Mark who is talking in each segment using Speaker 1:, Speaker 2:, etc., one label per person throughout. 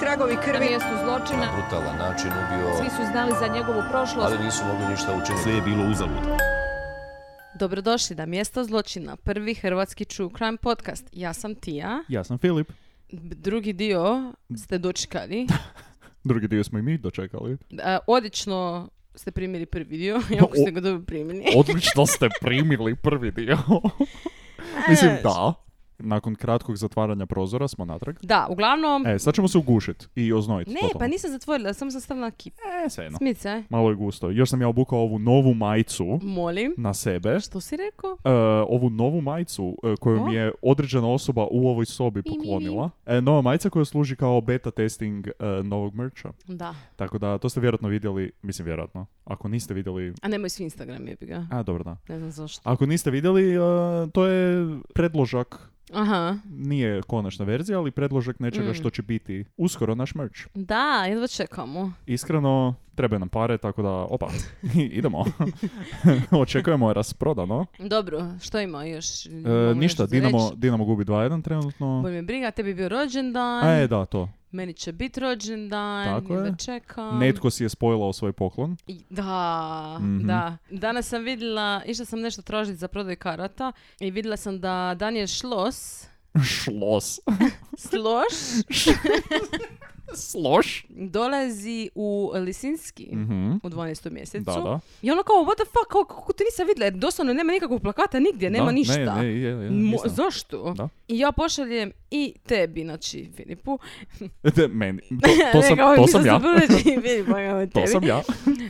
Speaker 1: tragovi
Speaker 2: Na
Speaker 1: krvi.
Speaker 2: mjestu zločina.
Speaker 3: brutalan način
Speaker 2: Svi
Speaker 3: ubio,
Speaker 2: su znali za njegovu prošlost.
Speaker 3: ali nisu mogli ništa učiniti.
Speaker 4: Sve je bilo uzalud.
Speaker 5: Dobrodošli na mjesto zločina, prvi hrvatski true crime podcast. Ja sam Tija.
Speaker 4: Ja sam Filip.
Speaker 5: B- Drugi dio ste dočekali.
Speaker 4: Drugi dio smo i mi dočekali.
Speaker 5: E, Odlično ste primili prvi dio, jako ste ga dobro primili.
Speaker 4: Odlično ste primili prvi dio. Mislim, da. Nakon kratkog zatvaranja prozora smo natrag.
Speaker 5: Da, uglavnom...
Speaker 4: E, sad ćemo se ugušit i oznojiti.
Speaker 5: ne,
Speaker 4: totalno.
Speaker 5: pa nisam zatvorila, samo sam stavila kip.
Speaker 4: E, svejedno.
Speaker 5: Smice,
Speaker 4: Malo je gusto. Još sam ja obukao ovu novu majicu
Speaker 5: molim.
Speaker 4: na sebe.
Speaker 5: Što si rekao?
Speaker 4: E, ovu novu majicu e, koju
Speaker 5: O.
Speaker 4: mi je određena osoba u ovoj sobi poklonila. E, nova majica koja služi kao beta testing e, novog mercha.
Speaker 5: Da.
Speaker 4: Tako da, to ste vjerojatno vidjeli, mislim vjerojatno, ako niste vidjeli...
Speaker 5: A nemoj svi Instagram jebi ga.
Speaker 4: A, dobro, da.
Speaker 5: Ne znam zašto.
Speaker 4: Ako niste vidjeli, e, to je predložak,
Speaker 5: Aha.
Speaker 4: nije konačna verzija, ali predložak nečega
Speaker 5: Mm.
Speaker 4: što će biti uskoro naš merch.
Speaker 5: Da, jedva čekamo.
Speaker 4: Iskreno, trebaju nam pare, tako da, opa, idemo. Očekujemo rasprodano.
Speaker 5: Dobro, što ima još?
Speaker 4: E,
Speaker 5: Imamo
Speaker 4: ništa,
Speaker 5: nešto za
Speaker 4: Dinamo,
Speaker 5: reći?
Speaker 4: Dinamo gubi 2-1 trenutno.
Speaker 5: Boli me briga, tebi je bio rođendan.
Speaker 4: A, e, da, to.
Speaker 5: Meni će biti rođendan,
Speaker 4: Tako
Speaker 5: jedva
Speaker 4: je.
Speaker 5: čekam.
Speaker 4: Netko si je spojlao svoj poklon.
Speaker 5: I- Da,
Speaker 4: Mhm.
Speaker 5: da. Danas sam vidjela, išla sam nešto tražiti za prodaj karata i vidjela sam da Daniel Šlos,
Speaker 4: Šlos.
Speaker 5: Sloš,
Speaker 4: Sloš?
Speaker 5: dolazi u Lisinski.
Speaker 4: Mhm.
Speaker 5: U 12. mjesecu.
Speaker 4: Da, da.
Speaker 5: I ono kao, what the fuck, kao, kako ti nisam vidjela, jer doslovno nema nikakvog plakata nigdje, nema
Speaker 4: Da,
Speaker 5: ništa.
Speaker 4: Ne, ne, je, je,
Speaker 5: Mo-
Speaker 4: istina.
Speaker 5: zašto?
Speaker 4: Da.
Speaker 5: I ja pošaljem i tebi, znači Filipu.
Speaker 4: De, meni. To, to sam,
Speaker 5: Rekao,
Speaker 4: to
Speaker 5: mislila
Speaker 4: sam ja.
Speaker 5: prvo da će i Filipu, a kao
Speaker 4: To
Speaker 5: tebi.
Speaker 4: sam ja.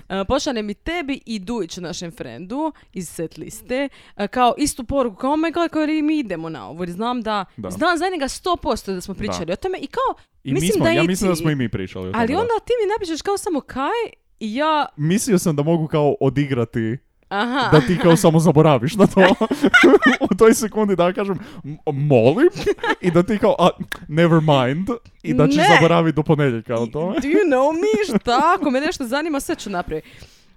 Speaker 5: E, pošaljem i tebi i Dujiću, našem frendu iz set liste, e, kao istu poruku, kao oh my god, kao li mi idemo na ovo, jer znam da,
Speaker 4: Da.
Speaker 5: znam za njega 100% da smo pričali o tome i kao,
Speaker 4: I mi
Speaker 5: mislim
Speaker 4: smo,
Speaker 5: da
Speaker 4: ja
Speaker 5: i
Speaker 4: mislim da
Speaker 5: ti.
Speaker 4: smo i mi pričali. o tome,
Speaker 5: ali
Speaker 4: da.
Speaker 5: onda ti mi napišeš kao samo kaj i ja,
Speaker 4: Mislio sam da mogu kao odigrati,
Speaker 5: aha,
Speaker 4: da ti kao samo zaboraviš na to. U toj sekundi da ja kažem, "M- molim, i da ti kao, a, never mind, i da ćeš
Speaker 5: Ne.
Speaker 4: zaboraviti do ponedjeljka o tome.
Speaker 5: do you know me, šta, ako me nešto zanima, sve ću napraviti.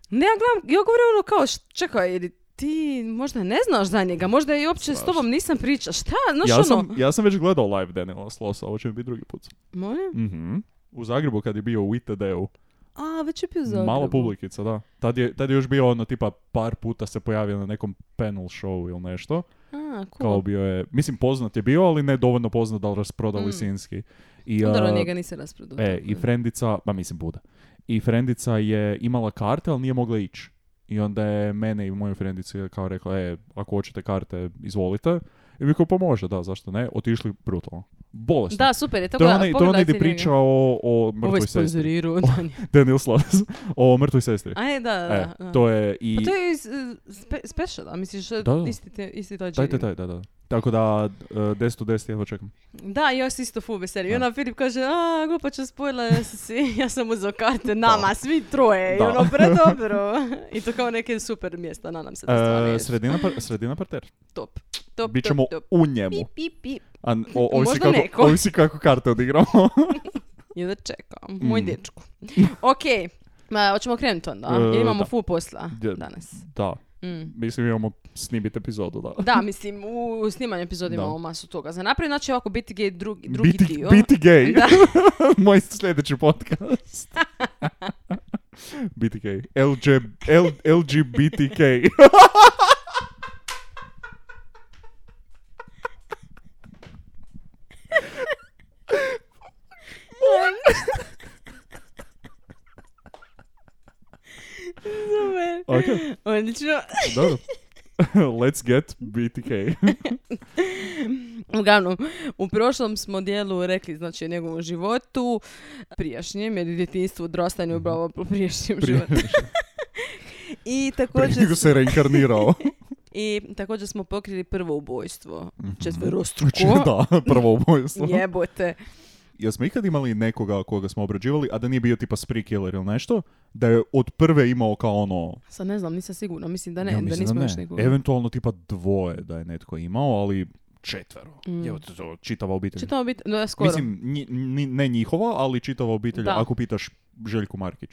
Speaker 5: Ne, ja gledam, ja govorim ono kao, "Š- čekaj, ili ti možda ne znaš za njega, možda i uopće s
Speaker 4: Strašno.
Speaker 5: tobom nisam pričao, šta, znaš
Speaker 4: Ja
Speaker 5: ono,
Speaker 4: sam, ja sam već gledao live Daniela Slosa, ovo će mi biti drugi put.
Speaker 5: molim,
Speaker 4: Mhm. U Zagrebu kad je bio u ITD-u.
Speaker 5: a, već je bio
Speaker 4: Mala
Speaker 5: u Zagrebu.
Speaker 4: publikica, da. Tad je, tad je još bio ono tipa par puta se pojavio na nekom panel show ili nešto.
Speaker 5: A, cool.
Speaker 4: Kao bio je, mislim poznat je bio, ali ne dovoljno poznat da li rasproda
Speaker 5: Mm.
Speaker 4: Lisinski. I,
Speaker 5: Dobro,
Speaker 4: a,
Speaker 5: njega nisi rasprodao.
Speaker 4: e, i frendica, ba mislim Buda, i frendica je imala karte, ali nije mogla ići. I onda je mene i moju frendicu kao rekla, e, ako hoćete karte, izvolite. I mi kao, pa može, da, zašto ne? Otišli brutalno. Bolesno.
Speaker 5: Da, super je, to,
Speaker 4: to je
Speaker 5: gleda-
Speaker 4: onaj, to je
Speaker 5: pogledajte
Speaker 4: onaj di
Speaker 5: njega.
Speaker 4: priča o, o
Speaker 5: Ovo
Speaker 4: mrtvoj
Speaker 5: je
Speaker 4: sestri.
Speaker 5: sponzorirao Daniel.
Speaker 4: Daniel Slavs. o mrtvoj sestri.
Speaker 5: A je, da, da,
Speaker 4: E,
Speaker 5: da.
Speaker 4: to je i...
Speaker 5: Pa to je iz, e, spe, special, a misliš da,
Speaker 4: Da, da.
Speaker 5: isti, te, isti taj
Speaker 4: Taj, taj,
Speaker 5: Jerry.
Speaker 4: taj, da, da. Tako da, e, 10 u 10, jedva čekam.
Speaker 5: Da, i ja sam isto full veseli. I
Speaker 4: Da.
Speaker 5: onda Filip kaže, a, glupa ću spojila ja sam si, ja sam uzeo karte nama, svi troje. I
Speaker 4: Da.
Speaker 5: ono, predobro. I to kao neke super mjesta, nadam se da stvarno
Speaker 4: E,
Speaker 5: je
Speaker 4: sredina, par- sredina parter.
Speaker 5: top. Top,
Speaker 4: Bićemo
Speaker 5: top, top.
Speaker 4: u njemu.
Speaker 5: Pip, pip, pip.
Speaker 4: A, n- o, ovisi,
Speaker 5: Možda neko.
Speaker 4: kako, ovisi kako karte odigramo.
Speaker 5: Jedva Ja, čekam, moj
Speaker 4: Mm.
Speaker 5: dečko. Okej, ma, hoćemo krenuti onda, jer
Speaker 4: E,
Speaker 5: imamo
Speaker 4: da.
Speaker 5: full posla
Speaker 4: Je-
Speaker 5: danas.
Speaker 4: da,
Speaker 5: Mm.
Speaker 4: mislim imamo snimit epizodu, da.
Speaker 5: Da, mislim, u snimanju epizode
Speaker 4: Da.
Speaker 5: imamo masu toga. Za napraviti, znači ovako, biti gay drugi, drugi
Speaker 4: biti,
Speaker 5: dio.
Speaker 4: biti gay.
Speaker 5: Da.
Speaker 4: Moj sljedeći podcast. biti gay. LG, L, LGBTK.
Speaker 5: Super.
Speaker 4: Ok,
Speaker 5: Odlično.
Speaker 4: dobro. Let's get BTK.
Speaker 5: Uglavnom, u prošlom smo dijelu rekli, znači, o njegovom životu, prijašnjem, jer djetinjstvu, odrastanju, upravo po prijašnjem životu.
Speaker 4: Mhm. Prije
Speaker 5: I također,
Speaker 4: nego se reinkarnirao.
Speaker 5: I također smo pokrili prvo ubojstvo.
Speaker 4: Mhm. Čuj,
Speaker 5: Četverostruko.
Speaker 4: Znači, da, prvo ubojstvo.
Speaker 5: Jebote.
Speaker 4: Jesmo ikad imali nekoga koga smo obrađivali, a da nije bio tipa spree killer ili nešto, da je od prve imao kao ono...
Speaker 5: Sad ne znam, nisam sigurna. Mislim da Pa ne,
Speaker 4: ja
Speaker 5: da
Speaker 4: mislim
Speaker 5: nismo
Speaker 4: ne.
Speaker 5: još nekoga.
Speaker 4: Eventualno tipa dvoje da je netko imao, ali četvero.
Speaker 5: Mm.
Speaker 4: Evo to, to, čitava obitelj.
Speaker 5: Će to biti, no, skoro.
Speaker 4: Mislim, nji- ni- ne njihova, ali čitava obitelj,
Speaker 5: Da.
Speaker 4: ako pitaš Željku Markić.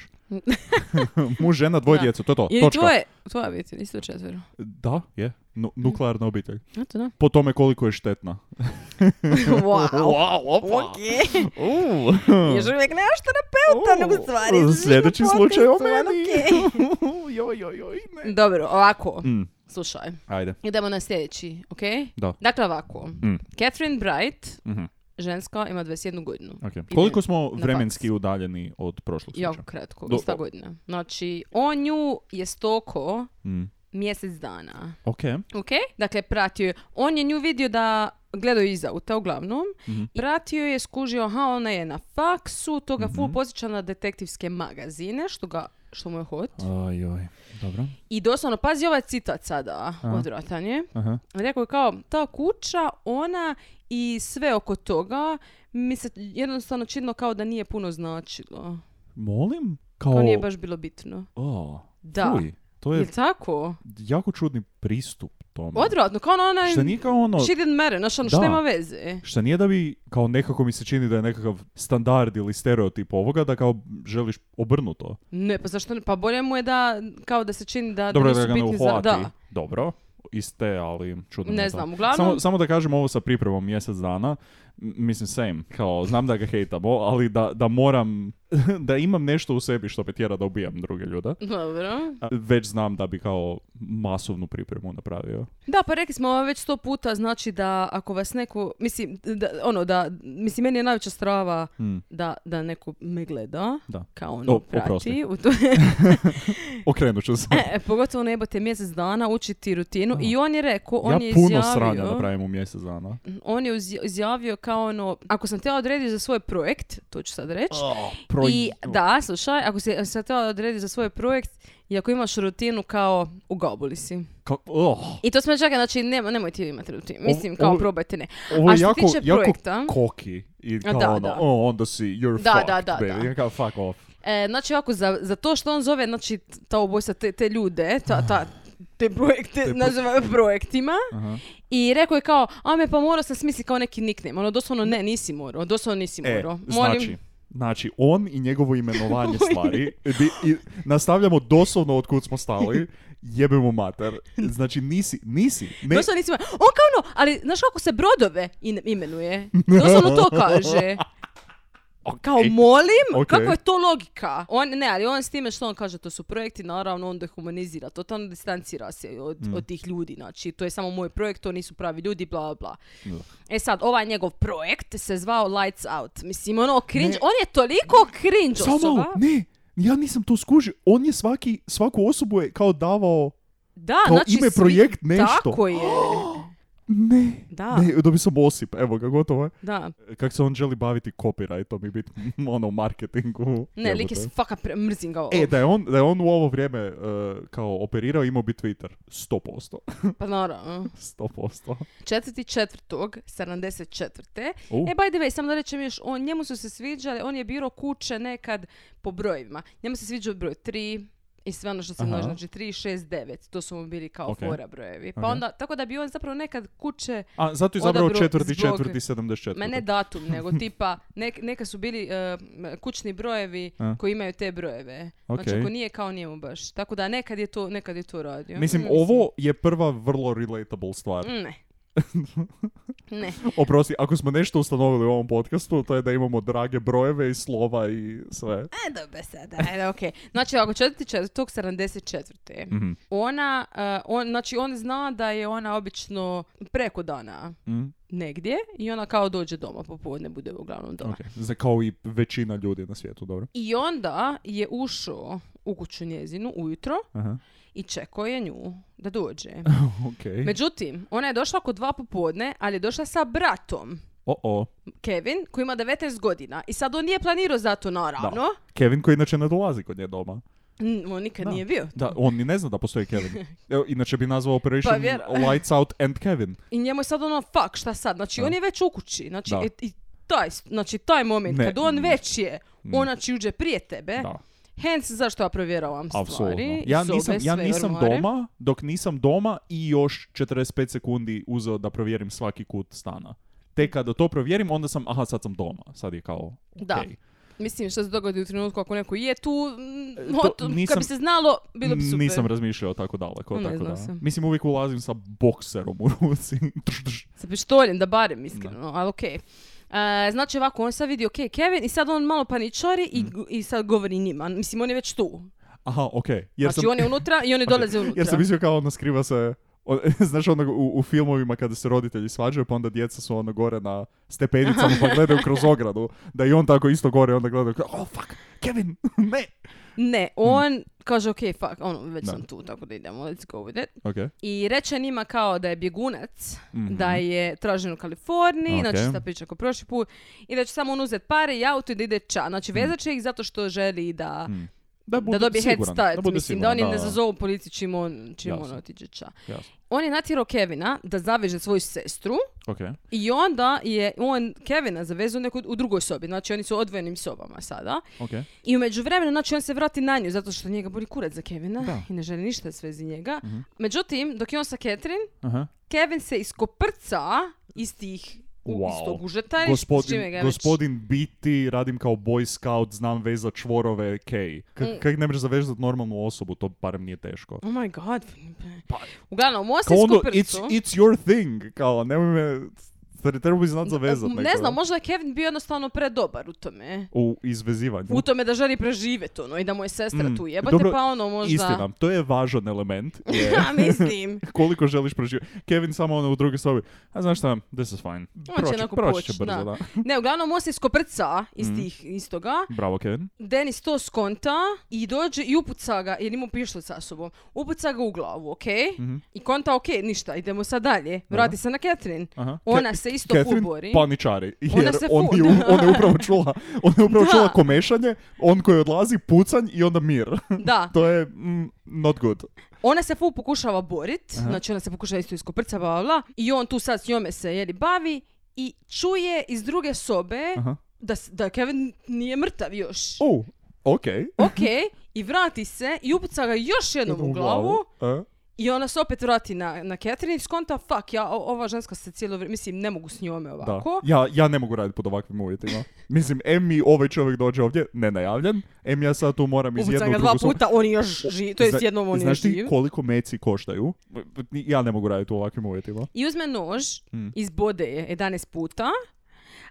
Speaker 4: Muž, žena, dvoje
Speaker 5: Da.
Speaker 4: djece, to je to,
Speaker 5: Je li
Speaker 4: točka.
Speaker 5: tvoje, tvoja obitelj isto četvero?
Speaker 4: Da, je. Nu- nuklearna obitelj.
Speaker 5: Znate, da?
Speaker 4: Po tome koliko je štetna.
Speaker 5: wow.
Speaker 4: opa.
Speaker 5: Ok.
Speaker 4: U.
Speaker 5: Još uvijek nemaš terapeuta,
Speaker 4: U.
Speaker 5: nego stvari. izliš na
Speaker 4: Sljedeći
Speaker 5: podcastu,
Speaker 4: slučaj o
Speaker 5: ono,
Speaker 4: meni.
Speaker 5: okej.
Speaker 4: joj, joj, joj, ne.
Speaker 5: Dobro, ovako.
Speaker 4: Mm,
Speaker 5: Slušaj.
Speaker 4: ajde.
Speaker 5: Idemo na sljedeći, ok?
Speaker 4: Da.
Speaker 5: Dakle, ovako.
Speaker 4: Mm.
Speaker 5: Catherine Bright,
Speaker 4: Mhm,
Speaker 5: ženska, ima 21 godinu.
Speaker 4: okej. Koliko smo
Speaker 5: na
Speaker 4: vremenski udaljeni od prošlog
Speaker 5: Jako
Speaker 4: slučaja?
Speaker 5: kratko,
Speaker 4: Do-
Speaker 5: ista godina. Znači, on nju je stoko
Speaker 4: Mm.
Speaker 5: mjesec dana.
Speaker 4: Ok.
Speaker 5: Ok? Dakle, pratio je. On je nju vidio da gledao je iz auta uglavnom.
Speaker 4: Mhm.
Speaker 5: Pratio je, skužio, aha, ona je na faksu, to ga full
Speaker 4: Mhm.
Speaker 5: posjeća na detektivske magazine, što ga što mu je hot.
Speaker 4: Aj, joj. Dobro.
Speaker 5: I doslovno, pazi ovaj citat sada,
Speaker 4: A.
Speaker 5: odvratan je.
Speaker 4: Aha.
Speaker 5: Rekao je kao, ta kuća, ona i sve oko toga mi se jednostavno činilo kao da nije puno značilo.
Speaker 4: Molim? Kao...
Speaker 5: Kao nije baš bilo bitno.
Speaker 4: O,
Speaker 5: Da.
Speaker 4: fuj, to je
Speaker 5: Jel tako?
Speaker 4: jako čudni pristup tome.
Speaker 5: Odvratno, kao ono, ona
Speaker 4: Šta nije kao ono...
Speaker 5: she didn't matter, znaš, ono, što
Speaker 4: Da.
Speaker 5: nema veze.
Speaker 4: Šta nije da bi, kao nekako mi se čini da je nekakav standard ili stereotip ovoga, da kao želiš obrnuto.
Speaker 5: Ne, pa zašto ne? Pa bolje mu je da, kao da se čini da,
Speaker 4: Dobro
Speaker 5: da
Speaker 4: da ga
Speaker 5: nisu
Speaker 4: ne
Speaker 5: bitni za...
Speaker 4: uhvati.
Speaker 5: Da,
Speaker 4: Dobro, iste, ali čudno. mi
Speaker 5: ne
Speaker 4: je to.
Speaker 5: znam, uglavnom...
Speaker 4: Samo, samo da kažem ovo sa pripremom mjesec dana, m- mislim same, kao znam da ga hejtamo, ali da, da moram, da imam nešto u sebi što me tjera da ubijam druge ljude.
Speaker 5: Dobro.
Speaker 4: A, Već znam da bi kao masovnu pripremu napravio.
Speaker 5: Da, pa rekli smo već sto puta, znači da ako vas neko, mislim, da, ono, da, mislim, meni je najveća strava
Speaker 4: Mm.
Speaker 5: da, da neko me gleda,
Speaker 4: Da.
Speaker 5: kao ono,
Speaker 4: O, oprosti.
Speaker 5: prati, u to,
Speaker 4: Okrenut ću se.
Speaker 5: E, pogotovo ne jebote mjesec dana učiti rutinu
Speaker 4: Da.
Speaker 5: i on je rekao, on
Speaker 4: ja
Speaker 5: je
Speaker 4: puno
Speaker 5: izjavio,
Speaker 4: sranja napravim u mjesec dana.
Speaker 5: on je uzj- izjavio kao ono, ako sam te odredio za svoj projekt, to ću sad reći, I da, slušaj, ako se sad te odredi za svoj projekt i ako imaš rutinu kao ugabuli si.
Speaker 4: Ka- oh,
Speaker 5: I to smo čekali, znači nema, nemoj ti imati rutinu. Mislim, kao
Speaker 4: ovo-
Speaker 5: probajte ne.
Speaker 4: ovo
Speaker 5: A
Speaker 4: je
Speaker 5: što
Speaker 4: jako,
Speaker 5: tiče
Speaker 4: jako
Speaker 5: projekta?
Speaker 4: koki. I kao
Speaker 5: da,
Speaker 4: ono,
Speaker 5: da.
Speaker 4: o, onda si, you're
Speaker 5: Da,
Speaker 4: fucked,
Speaker 5: da, da,
Speaker 4: baby.
Speaker 5: da.
Speaker 4: Ja kao, fuck off.
Speaker 5: E, znači ovako, za, za to što on zove, znači t- ta ubojstva, te, te ljude, ta, ta, te projekte,
Speaker 4: pro-
Speaker 5: naziva projektima.
Speaker 4: Aha.
Speaker 5: I rekao je kao, a me pa morao sam smisliti kao neki nickname. Ono, doslovno ne, nisi morao, doslovno nisi
Speaker 4: E,
Speaker 5: morao.
Speaker 4: znači, znači, on i njegovo imenovanje stvari, di- i nastavljamo doslovno od kud smo stali, jebemo mater. Znači, nisi, nisi, ne,
Speaker 5: Doslovno nisi morao. On kao ono, ali znaš kako se brodove in- imenuje? Doslovno to kaže. Kao
Speaker 4: Okej.
Speaker 5: molim,
Speaker 4: Ok.
Speaker 5: kako je to logika? On, ne, ali on s time što on kaže, to su projekti, naravno on dehumanizira, totalno distancira se od,
Speaker 4: Mm.
Speaker 5: od tih ljudi, znači to je samo moj projekt, to nisu pravi ljudi, bla, bla.
Speaker 4: Da.
Speaker 5: E sad, ovaj njegov projekt se zvao Lights Out, mislim, ono, cringe,
Speaker 4: Ne.
Speaker 5: on je toliko cringe
Speaker 4: Samo malo,
Speaker 5: osoba.
Speaker 4: ne, ja nisam to skužio. On je svaki, svaku osobu je kao davao,
Speaker 5: Da,
Speaker 4: kao
Speaker 5: znači,
Speaker 4: ime
Speaker 5: svi-
Speaker 4: projekt nešto.
Speaker 5: Tako je,
Speaker 4: Ne,
Speaker 5: Da.
Speaker 4: ne, dobio sam osip, evo ga, gotovo je.
Speaker 5: da.
Speaker 4: Kako se on želi baviti copyrightom i biti ono u marketingu.
Speaker 5: Ne, lik je
Speaker 4: Jebote.
Speaker 5: faka pre- mrzim ga ovo.
Speaker 4: E, da je, on, da je on u ovo vrijeme eh, kao operirao, imao bi Twitter. 100%.
Speaker 5: Pa naravno.
Speaker 4: 100%.
Speaker 5: Četvrti četvrtog, 74.
Speaker 4: U.
Speaker 5: E, by the way, samo da rečem još, on, njemu su se sviđale, on je birao kuće nekad po brojevima. Njemu se sviđao broj 3 i sve ono što se
Speaker 4: Aha.
Speaker 5: množi, znači 3, 6, 9, to su mu bili kao
Speaker 4: Ok.
Speaker 5: fora brojevi. Pa
Speaker 4: Ok.
Speaker 5: onda, tako da bi on zapravo nekad kuće,
Speaker 4: A, zato je zapravo
Speaker 5: Odabro
Speaker 4: četvrti,
Speaker 5: zbog-
Speaker 4: četvrti, 74.
Speaker 5: ma ne datum, nego tipa, nek, neka su bili e, m, kućni brojevi
Speaker 4: A.
Speaker 5: koji imaju te brojeve. Znači,
Speaker 4: Ok.
Speaker 5: ako nije kao njemu baš. Tako da nekad je to, nekad je to radio.
Speaker 4: Mislim,
Speaker 5: Mm,
Speaker 4: ovo je prva vrlo relatable stvar.
Speaker 5: Ne. ne.
Speaker 4: Oprosti, ako smo nešto ustanovili u ovom podcastu, to je da imamo drage brojeve i slova i sve.
Speaker 5: E, dobro sada, ajde, okej. Znači, ako četvrti četvrtog, 74.
Speaker 4: Mhm.
Speaker 5: Ona, eh, on, znači, on zna da je ona obično preko dana
Speaker 4: Mm,
Speaker 5: negdje i ona kao dođe doma, popodne bude uglavnom doma.
Speaker 4: ok. Za- Kao i većina ljudi na svijetu, dobro.
Speaker 5: I onda je ušao u kuću njezinu ujutro
Speaker 4: Aha.
Speaker 5: i čekao je nju da dođe.
Speaker 4: Okej.
Speaker 5: Međutim, ona je došla oko dva popodne, ali je došla sa bratom.
Speaker 4: O-o.
Speaker 5: Kevin, koji ima 19 godina. I sad on nije planirao za to, naravno.
Speaker 4: Kevin koji inače ne dolazi kod nje doma.
Speaker 5: Mm, On nikad
Speaker 4: Da.
Speaker 5: nije bio.
Speaker 4: Da, on ni ne zna da postoji Kevin. Evo, inače bi nazvao Operation
Speaker 5: Pa vjer-
Speaker 4: Lights Out and Kevin.
Speaker 5: I njemu je sad ono, fuck, šta sad? Znači,
Speaker 4: Da.
Speaker 5: on je već u kući. Znači,
Speaker 4: Da.
Speaker 5: i, i taj, znači, taj moment
Speaker 4: Ne.
Speaker 5: kad on već je,
Speaker 4: Mm.
Speaker 5: ona će uđe prije tebe.
Speaker 4: Da.
Speaker 5: Hence, zašto ja provjeravam E, stvari?
Speaker 4: Apsolutno.
Speaker 5: iz
Speaker 4: Ja
Speaker 5: sobe,
Speaker 4: nisam, ja
Speaker 5: sve
Speaker 4: nisam
Speaker 5: ormare.
Speaker 4: doma, dok nisam doma i još 45 sekundi uzeo da provjerim svaki kut stana. Te kada to provjerim, onda sam, aha, sad sam doma. Sad je kao, okej.
Speaker 5: Da. Mislim, što se dogodi u trenutku ako neko je tu, mm,
Speaker 4: E, to
Speaker 5: hot-
Speaker 4: nisam-
Speaker 5: kad bi se znalo, bilo bi super.
Speaker 4: Nisam razmišljao tako daleko.
Speaker 5: Ne
Speaker 4: tako
Speaker 5: znam
Speaker 4: da.
Speaker 5: se.
Speaker 4: Mislim, uvijek ulazim sa bokserom u ruci. Trš, trš.
Speaker 5: Sa pištoljem, da barem, iskreno, ali okej. E, znači ovako, on sad vidi, ok, Kevin, i sad on malo paničari
Speaker 4: Mm.
Speaker 5: i, i sad govori njima. Mislim, on je već tu.
Speaker 4: Aha, okej. Jer
Speaker 5: Znači,
Speaker 4: sam,
Speaker 5: on je unutra i oni
Speaker 4: Ok,
Speaker 5: dolaze unutra.
Speaker 4: jer sam mislio kao ono skriva se... on- znaš ono u, u filmovima kada se roditelji svađaju pa onda djeca su ono gore na stepenicama pa gledaju kroz ogradu da i on tako isto gore onda gleda kao, oh fuck Kevin ne
Speaker 5: Ne, on kaže, ok, fuck, ono, već
Speaker 4: Hmm. Da.
Speaker 5: sam tu, tako da idemo, let's go with it.
Speaker 4: ok
Speaker 5: I reče njima kao da je bjegunac,
Speaker 4: Mhm.
Speaker 5: da je tražen u Kaliforniji,
Speaker 4: Ok.
Speaker 5: znači ista priča kao prošli put, i da će samo on uzeti pare i auto i da ide ča. Znači, vezat će ih zato što želi da...
Speaker 4: Mhm. da,
Speaker 5: mm. da
Speaker 4: bude
Speaker 5: dobije head
Speaker 4: siguran,
Speaker 5: start,
Speaker 4: bude
Speaker 5: mislim, da
Speaker 4: siguran,
Speaker 5: oni ne zazovu policiju čim on, čim on
Speaker 4: Jasno.
Speaker 5: otiđe ča.
Speaker 4: Jasno.
Speaker 5: On je natjerao Kevina da zaveže svoju sestru
Speaker 4: Ok.
Speaker 5: i onda je on Kevina zavezao u nekoj- u drugoj sobi, znači oni su u odvojenim sobama sada.
Speaker 4: Ok.
Speaker 5: I u međuvremenu, znači on se vrati na nju zato što njega boli kurac za Kevina
Speaker 4: Da.
Speaker 5: i ne želi ništa sve iz njega.
Speaker 4: Mhm.
Speaker 5: Međutim, dok je on sa Catherine,
Speaker 4: Aha.
Speaker 5: Kevin se iskoprca iz tih u,
Speaker 4: Wow.
Speaker 5: iz tog užetara, s čime
Speaker 4: Gospodin,
Speaker 5: ga je već-
Speaker 4: gospodin biti, radim kao boy scout, znam vezat čvorove, kej. K-
Speaker 5: Mm.
Speaker 4: Kak ne možeš zavezat normalnu osobu, to barem nije teško.
Speaker 5: Oh my god. Uglavnom, on se
Speaker 4: Pa, Kao ono,
Speaker 5: iskoprcu.
Speaker 4: it's, it's your thing, kao, nemoj me, tre- trebao bi znat zavezat
Speaker 5: Ne znam, možda je Kevin bio jednostavno predobar u tome.
Speaker 4: U izvezivanju.
Speaker 5: U tome da želi preživjeti ono i da mu je sestra
Speaker 4: Mm,
Speaker 5: tu jebate,
Speaker 4: dobro,
Speaker 5: pa ono možda...
Speaker 4: Istina, to je važan element. je
Speaker 5: Ja mislim.
Speaker 4: koliko želiš preživjeti. Kevin samo ono u drugoj sobi. A znaš šta, this is fine. Proći,
Speaker 5: onako
Speaker 4: proći će
Speaker 5: poći,
Speaker 4: brzo,
Speaker 5: da.
Speaker 4: da.
Speaker 5: Ne, uglavnom on se iskoprca iz
Speaker 4: Mm.
Speaker 5: tih, iz toga.
Speaker 4: Bravo, Kevin.
Speaker 5: Denis to skonta i dođe i upuca ga, jer ima pištolj sa sobom. Upuca ga u glavu, okej?
Speaker 4: Mhm.
Speaker 5: I konta, okej, ništa, idemo sad dalje. Vrati se na Catherine.
Speaker 4: Aha.
Speaker 5: Ona se isto
Speaker 4: Catherine pa-
Speaker 5: pobori.
Speaker 4: paničari,
Speaker 5: Ona
Speaker 4: jer
Speaker 5: se
Speaker 4: on
Speaker 5: fu-
Speaker 4: je, u- ona je upravo čula, ona je upravo
Speaker 5: Da.
Speaker 4: čula komešanje, on koji odlazi, pucanj i onda mir.
Speaker 5: Da.
Speaker 4: to je mm, not good.
Speaker 5: Ona se fu pokušava borit,
Speaker 4: Aha.
Speaker 5: znači ona se pokušava isto iskoprca, bla, bla, bla, i on tu sad s njome se jeli bavi i čuje iz druge sobe
Speaker 4: Aha.
Speaker 5: da, s- da Kevin nije mrtav još.
Speaker 4: Oh, ok.
Speaker 5: Ok, i vrati se i upuca ga još jednom u glavu
Speaker 4: E?
Speaker 5: i ona se opet vrati na, na Catherine i skonta, fuck, ja, o- ova ženska se cijelo vrijeme, mislim, ne mogu s njome
Speaker 4: Da.
Speaker 5: ovako.
Speaker 4: Ja, ja ne mogu raditi pod ovakvim uvjetima. Mislim, em mi ovaj čovjek dođe ovdje nenajavljen, em ja sad tu moram iz
Speaker 5: Upuca
Speaker 4: jednog
Speaker 5: ga
Speaker 4: u
Speaker 5: dva
Speaker 4: drugu sobu-
Speaker 5: puta, on je još živ, to
Speaker 4: Zna-
Speaker 5: jest jednom on je
Speaker 4: Znaš ti
Speaker 5: živ.
Speaker 4: koliko meci koštaju? Ja ne mogu raditi u ovakvim uvjetima.
Speaker 5: I uzme nož,
Speaker 4: Mm.
Speaker 5: izbode je 11 puta.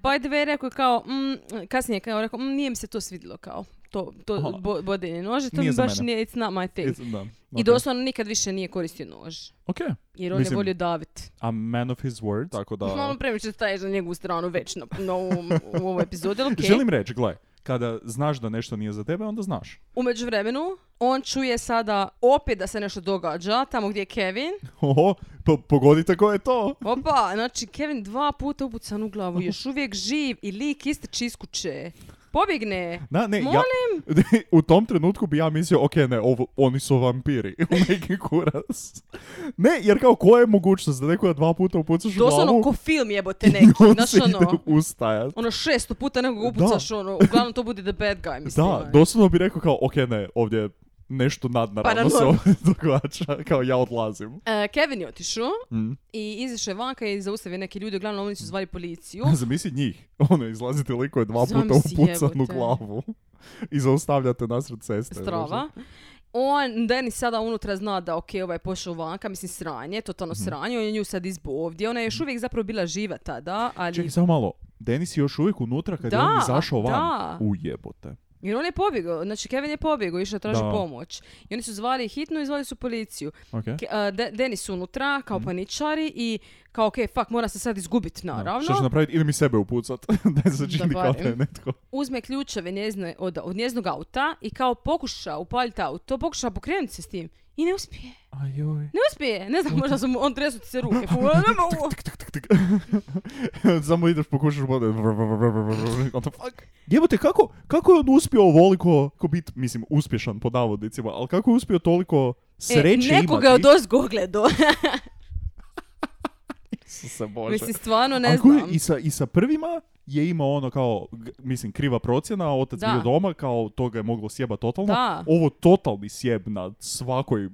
Speaker 5: By the way, rekao je kao, mm, kasnije kao rekao, mm, nije mi se to svidilo kao, to,
Speaker 4: Aha.
Speaker 5: to bo, bodenje nože, to
Speaker 4: Nije
Speaker 5: mi
Speaker 4: za
Speaker 5: baš
Speaker 4: mene.
Speaker 5: nije, it's not my thing.
Speaker 4: It's- da,
Speaker 5: I
Speaker 4: ok.
Speaker 5: doslovno nikad više nije koristio nož,
Speaker 4: Ok.
Speaker 5: jer on
Speaker 4: Mislim- Pa-
Speaker 5: je volio davit.
Speaker 4: A man of his word, tako da...
Speaker 5: Malo previše staješ na njegovu stranu već na, na ovom, u ovoj epizodi, ali okej.
Speaker 4: Želim reći, gle, kada znaš da nešto nije za tebe, onda znaš.
Speaker 5: U međuvremenu, on čuje sada opet da se nešto događa, tamo gdje je Kevin.
Speaker 4: Oho, po- pogodite ko je to?
Speaker 5: Opa, znači Kevin dva puta upucan u glavu, još uvijek živ i lik istrči iz kuće. Pobjegne.
Speaker 4: Da, ne, ja,
Speaker 5: Molim?
Speaker 4: u tom trenutku bi ja mislio, ok, ne, ovo, oni su vampiri, neki kuras. Ne, jer kao koja je mogućnost da nekoga dva puta upucaš u
Speaker 5: Doslovno
Speaker 4: glavu
Speaker 5: ko film jebote
Speaker 4: i
Speaker 5: neki,
Speaker 4: on
Speaker 5: znaš
Speaker 4: se
Speaker 5: ono,
Speaker 4: ide ustajat.
Speaker 5: ono šesto puta nekog upucaš, ono, uglavnom to bude the bad guy, mislim.
Speaker 4: Da,
Speaker 5: ono.
Speaker 4: doslovno bi rekao kao, ok, ne, ovdje nešto nadnaravno se
Speaker 5: Paranormalno.
Speaker 4: ovdje događa, kao ja odlazim.
Speaker 5: E, Kevin je otišao
Speaker 4: Mm.
Speaker 5: i izašao je vanka i zaustavio neke ljudi, uglavnom oni su zvali policiju.
Speaker 4: Zamisli njih, ono, izlazite liko je dva puta
Speaker 5: Zamisli,
Speaker 4: upucan u
Speaker 5: jebote.
Speaker 4: glavu i zaustavljate nasred ceste. znaš.
Speaker 5: Strava. On, Denis sada unutra zna da ok, ovaj je pošao vanka, mislim sranje, totalno
Speaker 4: Mhm.
Speaker 5: sranje, on je nju sad izbo ovdje, ona je još uvijek zapravo bila živa tada, ali...
Speaker 4: Čekaj, samo malo. Denis je još uvijek unutra kad je on
Speaker 5: Da,
Speaker 4: izašao van.
Speaker 5: da.
Speaker 4: Ujebote.
Speaker 5: Jer on je pobjegao, znači Kevin je pobjegao, išao traži
Speaker 4: Da.
Speaker 5: pomoć. I oni su zvali hitnu i zvali su policiju.
Speaker 4: Ok.
Speaker 5: Ke- a, De- Denis unutra,
Speaker 4: Mhm.
Speaker 5: kao paničari i kao okej, fuck, mora se sad izgubit naravno.
Speaker 4: Što ćeš napraviti? Ili mi sebe upucat. da se čini kao da je
Speaker 5: barem.
Speaker 4: netko.
Speaker 5: Uzme ključeve njezne, od, od njeznog auta i kao pokuša upaljiti auto, pokuša pokrenuti se s tim. I ne uspije.
Speaker 4: Ajoj.
Speaker 5: Ne uspije. Ne znam, možda su mu on tresu ti se ruke. Fu, ne mogu.
Speaker 4: Samo ideš pokušaš vode. Onda fuck. Jebote, kako, kako je on uspio ovoliko ko bit, mislim, uspješan po navodnicima, ali kako je uspio toliko sreće
Speaker 5: e, nekoga
Speaker 4: imati?
Speaker 5: od ozgo gledao.
Speaker 4: Isuse Bože.
Speaker 5: Mislim, stvarno ne
Speaker 4: Ali kuži,
Speaker 5: znam.
Speaker 4: I sa, I sa prvima je imao ono kao, g- mislim, kriva procjena, a otac
Speaker 5: Da.
Speaker 4: bio doma, kao to ga je moglo sjebat totalno.
Speaker 5: Da.
Speaker 4: Ovo totalni sjeb na svakoj,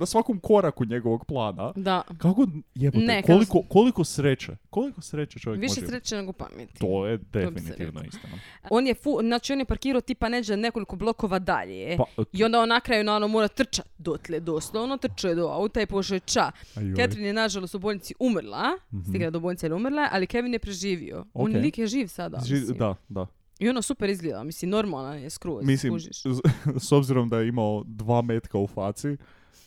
Speaker 4: na svakom koraku njegovog plana.
Speaker 5: Da.
Speaker 4: Kako jebote,
Speaker 5: Ne, kako-
Speaker 4: koliko, koliko sreće, koliko sreće čovjek
Speaker 5: Više
Speaker 4: može imati?
Speaker 5: sreće nego pameti.
Speaker 4: To je
Speaker 5: se
Speaker 4: definitivno
Speaker 5: reklo.
Speaker 4: istina.
Speaker 5: On je, fu, znači on je parkirao tipa neđe nekoliko blokova dalje.
Speaker 4: Pa,
Speaker 5: I onda on na kraju na ono mora trčat dotle, doslovno trčao je do auta i pošao je ča.
Speaker 4: ajoj.
Speaker 5: Catherine je nažalost u bolnici umrla, stigla je do bolnice jer je umrla, ali Kevin je preživio. On
Speaker 4: Mhm. Ok.
Speaker 5: lik je živ sada,
Speaker 4: Ži-
Speaker 5: mislim.
Speaker 4: da, da.
Speaker 5: I ono super izgleda, mislim, normalan je skroz,
Speaker 4: Mislim,
Speaker 5: kužiš.
Speaker 4: s obzirom da je imao dva metka u faci,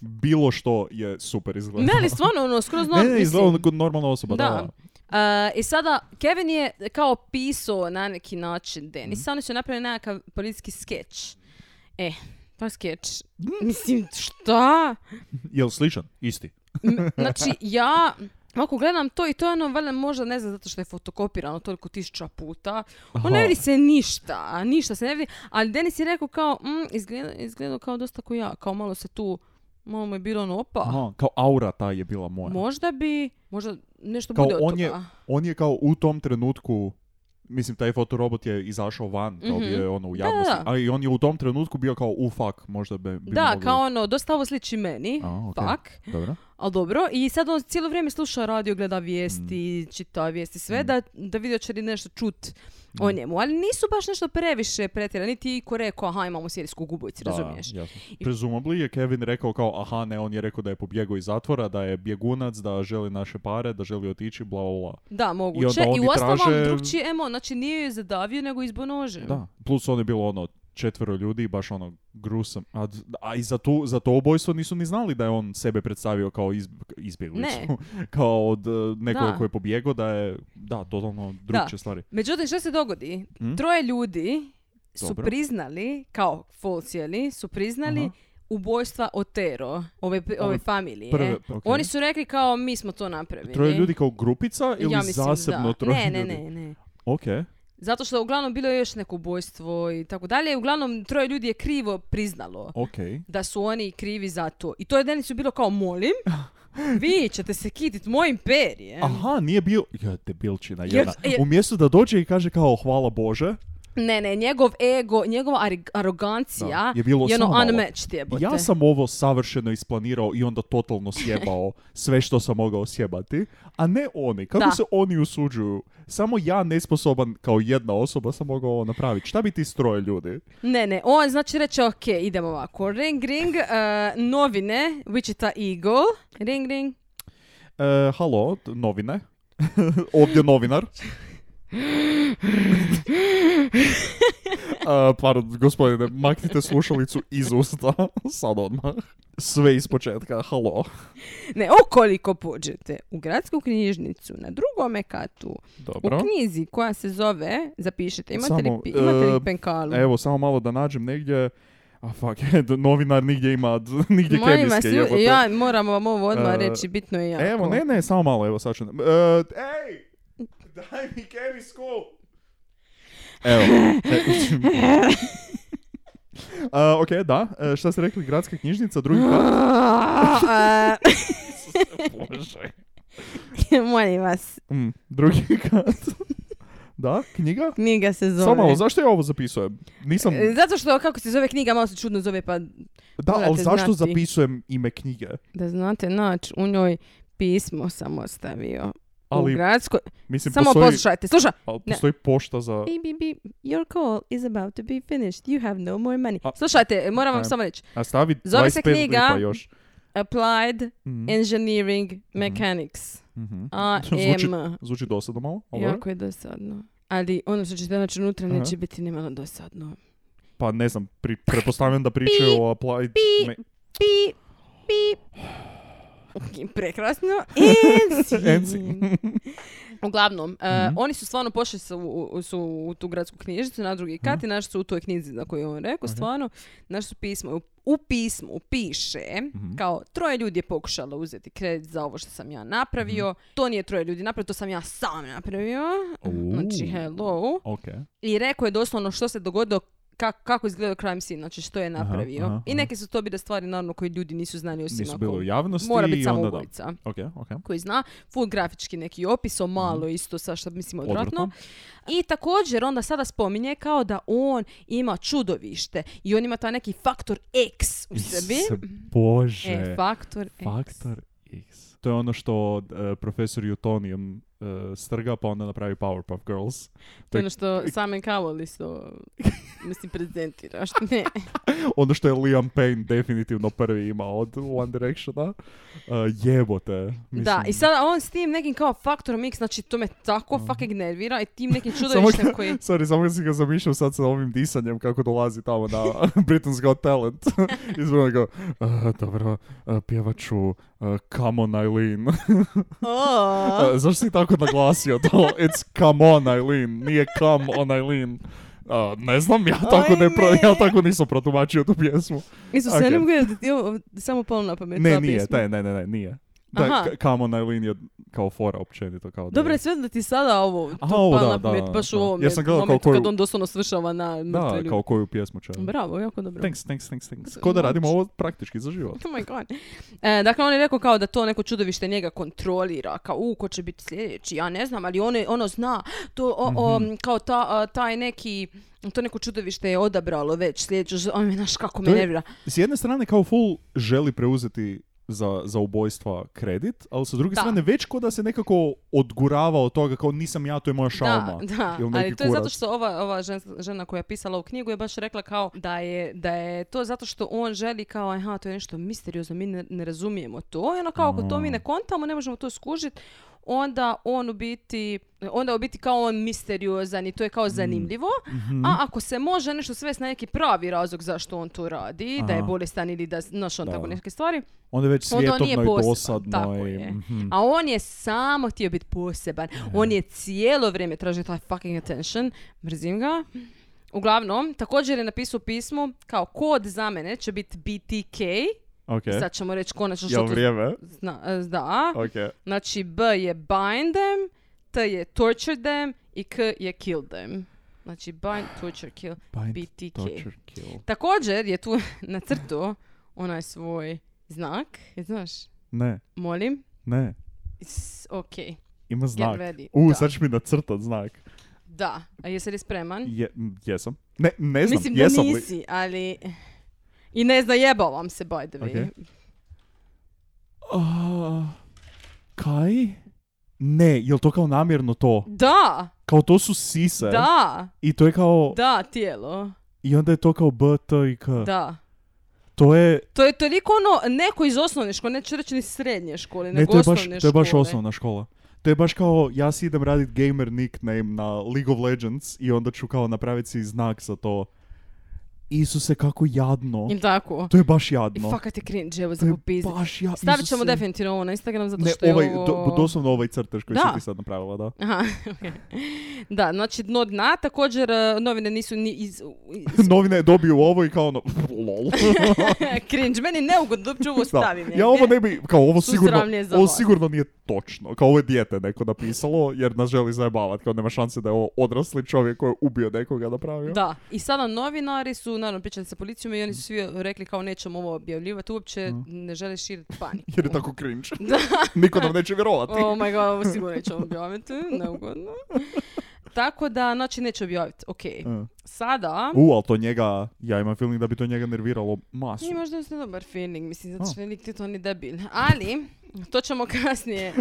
Speaker 4: bilo što je super izgledalo.
Speaker 5: Ne, ali stvarno, ono, skroz
Speaker 4: ne,
Speaker 5: normalno.
Speaker 4: ne, izgledalo kod normalna osoba, Pa da.
Speaker 5: Da. E, I sada, Kevin je kao pisao na neki način
Speaker 4: Mhm.
Speaker 5: Denisa, oni su napravili nekakav policijski skeč. E, pa skeč.
Speaker 4: Mm.
Speaker 5: Mislim, šta?
Speaker 4: Jel sličan? Isti.
Speaker 5: M, Znači, ja... Ako gledam to i to je ono, valjda možda, ne znam, zato što je fotokopirano toliko tisuća puta. On ne
Speaker 4: Aha.
Speaker 5: vidi se ništa, ništa se ne vidi. Ali Denis je rekao kao, mm, izgleda, izgledao kao dosta ko ja, kao malo se tu, malo mu je bilo ono, opa,
Speaker 4: Aha, kao aura ta je bila moja.
Speaker 5: možda bi, možda nešto
Speaker 4: Kao
Speaker 5: bude od
Speaker 4: on
Speaker 5: toga.
Speaker 4: je, on je kao u tom trenutku Mislim, taj fotorobot je izašao van, kao
Speaker 5: Mhm.
Speaker 4: bio je ono u
Speaker 5: Da,
Speaker 4: javnosti.
Speaker 5: da, da.
Speaker 4: Ali on je u tom trenutku bio kao, u fuck, možda bi, bi
Speaker 5: Da,
Speaker 4: mogli...
Speaker 5: kao ono, dosta ovo sliči meni,
Speaker 4: A, okej.
Speaker 5: tak,
Speaker 4: Dobro.
Speaker 5: ali dobro. I sad on cijelo vrijeme sluša radio, gleda vijesti,
Speaker 4: Mm.
Speaker 5: čita vijesti, sve, da, da vidi hoće li nešto čut
Speaker 4: Mm.
Speaker 5: o njemu. Ali nisu baš nešto previše pretjerani, niti ko rekao, aha, imamo sirijsku gubojicu, razumiješ?
Speaker 4: Da, jasno. Presumably je Kevin rekao kao, aha ne, on je rekao da je pobjegao iz zatvora, da je bjegunac, da želi naše pare, da želi otići, bla, bla, bla.
Speaker 5: Da, moguće.
Speaker 4: onda
Speaker 5: I,
Speaker 4: oni
Speaker 5: u ostalom
Speaker 4: traže-
Speaker 5: drugčiji emo, znači nije je zadavio, nego izbo nože.
Speaker 4: Da. Plus on je bilo ono četvero ljudi, baš ono grusam. A, d- a i za, tu, za to ubojstvo nisu ni znali da je on sebe predstavio kao iz, izbjeglicu. kao od e, nekoga
Speaker 5: Da.
Speaker 4: koji je pobjegao, da je, da, totalno drugče stvari.
Speaker 5: Međutim, što se dogodi?
Speaker 4: Mm?
Speaker 5: Troje ljudi su
Speaker 4: Dobro.
Speaker 5: priznali, kao false, je li, su priznali
Speaker 4: Aha.
Speaker 5: ubojstva Otero, ove, ove,
Speaker 4: Ove
Speaker 5: familije.
Speaker 4: prve, ok.
Speaker 5: Oni su rekli kao, mi smo to napravili.
Speaker 4: Troje ljudi kao grupica ili
Speaker 5: ja mislim,
Speaker 4: zasebno
Speaker 5: da.
Speaker 4: troje
Speaker 5: ne, ne,
Speaker 4: ljudi?
Speaker 5: ne, ne.
Speaker 4: Ok.
Speaker 5: Zato što uglavnom bilo je još neko ubojstvo i tako dalje. Uglavnom, troje ljudi je krivo priznalo
Speaker 4: Ok.
Speaker 5: da su oni krivi za to. I to je Denisu bilo kao, molim, vi ćete se kitit mojim perijem.
Speaker 4: Aha, nije bio... Ja, debilčina
Speaker 5: Jer-
Speaker 4: jedna.
Speaker 5: je-
Speaker 4: Umjesto da dođe i kaže kao hvala Bože,
Speaker 5: Ne, ne, njegov ego, njegova ari- arogancija
Speaker 4: Da, je bilo
Speaker 5: ono
Speaker 4: samo malo.
Speaker 5: unmatched jebote.
Speaker 4: ja sam ovo savršeno isplanirao i onda totalno sjebao sve što sam mogao sjebati, a ne oni. Kako
Speaker 5: Da.
Speaker 4: se oni usuđuju? Samo ja nesposoban kao jedna osoba sam mogao ovo napraviti. Šta bi ti stroje ljudi?
Speaker 5: Ne, ne, on znači reče, ok, idemo ovako. Ring, ring, eh, novine, Wichita Eagle. Ring, ring.
Speaker 4: E, halo, t- novine. Ovdje novinar. E, pardon, gospodine, maknite slušalicu iz usta. Sad odmah. Sve iz početka, halo.
Speaker 5: Ne, ukoliko pođete u gradsku knjižnicu na drugome katu,
Speaker 4: Dobro.
Speaker 5: u knjizi koja se zove, zapišite, imate,
Speaker 4: Samo,
Speaker 5: li, pi- imate li
Speaker 4: eh,
Speaker 5: penkalu?
Speaker 4: Evo, samo malo da nađem negdje. A fuck, novinar nigdje ima, nigdje
Speaker 5: Molim vas,
Speaker 4: kemijske
Speaker 5: ljudi,
Speaker 4: jebote.
Speaker 5: ja moram vam ovo odmah
Speaker 4: Eh,
Speaker 5: reći, bitno je jako.
Speaker 4: Evo, ne, ne, samo malo, evo sad ću... E, ej! Daj mi kemijsku! Evo. E, A, ok, da. E, šta ste rekli? Gradska knjižnica, drugi kat?
Speaker 5: A,
Speaker 4: Bože.
Speaker 5: eh, Molim vas,
Speaker 4: Mm, drugi kat. Da, knjiga?
Speaker 5: knjiga se zove.
Speaker 4: Samo malo, zašto ja ovo zapisujem? Nisam...
Speaker 5: E, Zato što kako se zove knjiga, malo se čudno zove, pa
Speaker 4: Da,
Speaker 5: morate
Speaker 4: ali zašto
Speaker 5: znati.
Speaker 4: zapisujem ime knjige?
Speaker 5: da znate naći, u njoj pismo sam ostavio. u
Speaker 4: Ali,
Speaker 5: gradskoj.
Speaker 4: mislim,
Speaker 5: Samo
Speaker 4: postoji,
Speaker 5: poslušajte, slušaj.
Speaker 4: ali
Speaker 5: ne.
Speaker 4: postoji pošta za...
Speaker 5: Bi, bi, bi, your call is about to be finished. You have no more money.
Speaker 4: A-
Speaker 5: Slušajte, moram vam
Speaker 4: Ajmo.
Speaker 5: samo reći.
Speaker 4: A stavi
Speaker 5: Zove
Speaker 4: 25
Speaker 5: se knjiga- E-
Speaker 4: lipa još.
Speaker 5: Applied
Speaker 4: Mhm,
Speaker 5: Engineering Mechanics.
Speaker 4: mhm. Zvuči-
Speaker 5: AM.
Speaker 4: Zvuči dosadno malo, ali dobro.
Speaker 5: Jako je dosadno. Ali ono što ćete naći unutra
Speaker 4: Aha.
Speaker 5: neće biti nimalo dosadno.
Speaker 4: Pa ne znam, pri, pretpostavljam da pričaju o applied...
Speaker 5: Pi,
Speaker 4: me-
Speaker 5: Pi, pi. Ok, Prekrasno. And scene. Uglavnom, e, oni su stvarno pošli su, u- su u tu gradsku knjižnicu na drugi kat i našli su u toj knjizi na koju je on rekao, stvarno, našli su pismo. U, u pismu piše kao troje ljudi je pokušalo uzeti kredit za ovo što sam ja napravio. To nije troje ljudi napravio, to sam ja sam napravio.
Speaker 4: Uuu.
Speaker 5: Mm, Znači, hello.
Speaker 4: Ok.
Speaker 5: I rekao je doslovno što se dogodilo kak- kako izgleda crime scene, znači što je napravio.
Speaker 4: aha,
Speaker 5: I
Speaker 4: aha.
Speaker 5: neke su to bile stvari naravno koje ljudi nisu znali osim
Speaker 4: Nisu
Speaker 5: ako
Speaker 4: bili u javnosti
Speaker 5: mora biti
Speaker 4: i
Speaker 5: samo
Speaker 4: onda da.
Speaker 5: ubojica
Speaker 4: Ok, ok.
Speaker 5: koji zna, full grafički neki opis, o malo isto sa što mislim odvratno.
Speaker 4: Mhm. Odvratno.
Speaker 5: I također onda sada spominje kao da on ima čudovište i on ima taj neki faktor X u
Speaker 4: Isuse
Speaker 5: sebi.
Speaker 4: Bože.
Speaker 5: E, faktor X.
Speaker 4: Faktor X. To je ono što e, profesor Utonium e, strga pa onda napravi Powerpuff Girls.
Speaker 5: To je ono što Simon Cowell isto mislim prezentira. Što ne.
Speaker 4: Ono što je Liam Payne definitivno prvi imao od One Directiona. E, jebote. Mislim,
Speaker 5: Da, i sada on s tim nekim kao faktorom X, znači to me tako fucking nervira i tim nekim čudovištem
Speaker 4: ga-
Speaker 5: koji...
Speaker 4: Sorry, samo si ga zamišljao sad sa ovim disanjem kako dolazi tamo na Britain's Got Talent. Izvrno go, "E, dobro, e, pjevat ću e, Come on Eileen.
Speaker 5: Oh.
Speaker 4: E, zašto si tako naglasio to? It's come on Eileen, nije come on Eileen. A, ne znam, ja tako, ne pro,
Speaker 5: Ajme.
Speaker 4: ja tako nisam protumačio tu pjesmu.
Speaker 5: Isus,
Speaker 4: Ok.
Speaker 5: ja ne mogu da ti ovo samo palo na pamet.
Speaker 4: Ne,
Speaker 5: ova
Speaker 4: nije,
Speaker 5: pjesma.
Speaker 4: ne, ne, ne, ne, nije. Da,
Speaker 5: Aha.
Speaker 4: ka- come on Eileen je kao fora općenito. Kao da
Speaker 5: Dobro
Speaker 4: je-
Speaker 5: je sve da ti sada ovo, to
Speaker 4: Aha, ovo
Speaker 5: palo
Speaker 4: da,
Speaker 5: na pamet,
Speaker 4: da,
Speaker 5: baš u
Speaker 4: da.
Speaker 5: ovom
Speaker 4: Ja sam gledao kao
Speaker 5: momentu
Speaker 4: koju-
Speaker 5: kad on doslovno svršava na mrtve
Speaker 4: Da,
Speaker 5: ljude.
Speaker 4: kao koju pjesmu će.
Speaker 5: Bravo, jako dobro.
Speaker 4: Thanks, thanks, thanks, thanks.
Speaker 5: Kako
Speaker 4: Ko da
Speaker 5: moguće?
Speaker 4: radimo ovo praktički za život.
Speaker 5: Oh my god. E, dakle, on je rekao kao da to neko čudovište njega kontrolira, kao u, ko će biti sljedeći, ja ne znam, ali ono, ono zna, to, o, o,
Speaker 4: Mhm.
Speaker 5: kao ta, a, taj neki, to neko čudovište je odabralo već sljedeću, ž- on me, znaš kako me
Speaker 4: To je-
Speaker 5: nervira.
Speaker 4: S jedne strane kao full želi preuzeti za, za ubojstva kredit, ali sa druge
Speaker 5: Da.
Speaker 4: strane već ko da se nekako odgurava od toga kao nisam ja, to je moja šalma.
Speaker 5: Da, da,
Speaker 4: Ili neki
Speaker 5: ali to je zato
Speaker 4: kurac.
Speaker 5: što ova, ova žen- žena koja je pisala ovu knjigu je baš rekla kao da je, da je to zato što on želi kao aha, to je nešto misteriozno, mi ne, ne razumijemo to i ono kao ako to mi
Speaker 4: Mm.
Speaker 5: ne kontamo, ne možemo to skužiti, onda on u biti, onda u biti kao on misteriozan i to je
Speaker 4: Mm.
Speaker 5: kao zanimljivo,
Speaker 4: Mhm.
Speaker 5: a ako se može nešto svesti na neki pravi razlog zašto on to radi, da je
Speaker 4: Aha.
Speaker 5: bolestan ili da, znaš on
Speaker 4: Da.
Speaker 5: tako neke stvari,
Speaker 4: Onda je već
Speaker 5: Onda on
Speaker 4: svjetovno
Speaker 5: Ono, nije
Speaker 4: i
Speaker 5: poseban, tako
Speaker 4: dosadno. i-
Speaker 5: je.
Speaker 4: Mhm.
Speaker 5: a on je samo htio biti poseban. On je cijelo vrijeme tražio taj fucking attention. Mrzim ga. Uglavnom, također je napisao u pismu kao kod za mene će biti BTK.
Speaker 4: Ok.
Speaker 5: Sad ćemo reći konačno
Speaker 4: Jel
Speaker 5: što to
Speaker 4: vrijeme?
Speaker 5: zna- e, da.
Speaker 4: Ok.
Speaker 5: Znači B je bind them, T je torture them i K je kill them. Znači bind, torture, kill,
Speaker 4: Bind,
Speaker 5: BTK.
Speaker 4: torture, kill.
Speaker 5: Također je tu na crtu onaj svoj znak. Je, Znaš,
Speaker 4: Ne,
Speaker 5: molim.
Speaker 4: ne.
Speaker 5: Is- Ok, get
Speaker 4: Ima znak.
Speaker 5: ready.
Speaker 4: U,
Speaker 5: Da.
Speaker 4: sad ćeš mi nacrtat znak.
Speaker 5: Da, a jesi li spreman?
Speaker 4: Je, m, jesam. Ne, ne znam,
Speaker 5: Mhm. Mislim da
Speaker 4: jesam li.
Speaker 5: nisi, ali... I ne zajebao vam se, by the way.
Speaker 4: A, kaj? Ne, jel to kao namjerno to?
Speaker 5: Da,
Speaker 4: Kao to su sise.
Speaker 5: da,
Speaker 4: I to je kao...
Speaker 5: da, tijelo,
Speaker 4: I onda je to kao B, T i K.
Speaker 5: da.
Speaker 4: To je...
Speaker 5: To je toliko ono, neko iz osnovne škole, neću reći ni srednje škole,
Speaker 4: Ne,
Speaker 5: nego
Speaker 4: to je baš,
Speaker 5: osnovne
Speaker 4: to je baš
Speaker 5: škole.
Speaker 4: osnovna škola. To je baš kao, ja si idem radit gamer nickname na League of Legends i onda ću kao napraviti si znak za to. Isuse, kako jadno.
Speaker 5: Ili tako?
Speaker 4: To je baš
Speaker 5: I
Speaker 4: jadno.
Speaker 5: fakat je cringe, evo,
Speaker 4: To je
Speaker 5: za popizit.
Speaker 4: baš jadno.
Speaker 5: Stavit ćemo definitivno ovo na Instagram, zato
Speaker 4: Ne,
Speaker 5: što je
Speaker 4: ovaj,
Speaker 5: ovo...
Speaker 4: do- doslovno ovaj crtež koji
Speaker 5: Da.
Speaker 4: si ti sad napravila, da.
Speaker 5: Aha, okej. Da, znači dno dna, također e, novine nisu ni iz... iz-
Speaker 4: Novine dobiju ovo i kao ono, lol.
Speaker 5: cringe, meni je neugodno, uopće ovo
Speaker 4: Da.
Speaker 5: stavim. negdje.
Speaker 4: Ja ovo ne bi, kao ovo sigurno,
Speaker 5: Suzdravlje za
Speaker 4: ovo
Speaker 5: vas.
Speaker 4: sigurno nije točno. Kao ovo je dijete neko napisalo jer nas želi zajebavati. Kao nema šanse da je ovo odrasli čovjek koji je ubio nekoga napravio.
Speaker 5: Da, i sada novinari su, naravno, pričali sa policijom i oni su svi rekli kao nećemo ovo objavljivati, uopće
Speaker 4: Mm.
Speaker 5: ne žele širiti paniku.
Speaker 4: Jer je tako cringe.
Speaker 5: Da.
Speaker 4: Niko nam neće vjerovati.
Speaker 5: Oh my god, ovo sigurno nećemo objaviti, neugodno. Tako da, znači, neće objaviti, ok.
Speaker 4: Mm.
Speaker 5: Sada,
Speaker 4: U, ali to njega, ja imam feeling da bi to njega nerviralo masu.
Speaker 5: nije možda dosta dobar feeling, mislim, zato
Speaker 4: Oh.
Speaker 5: što je lik to ni debil. Ali, to ćemo kasnije...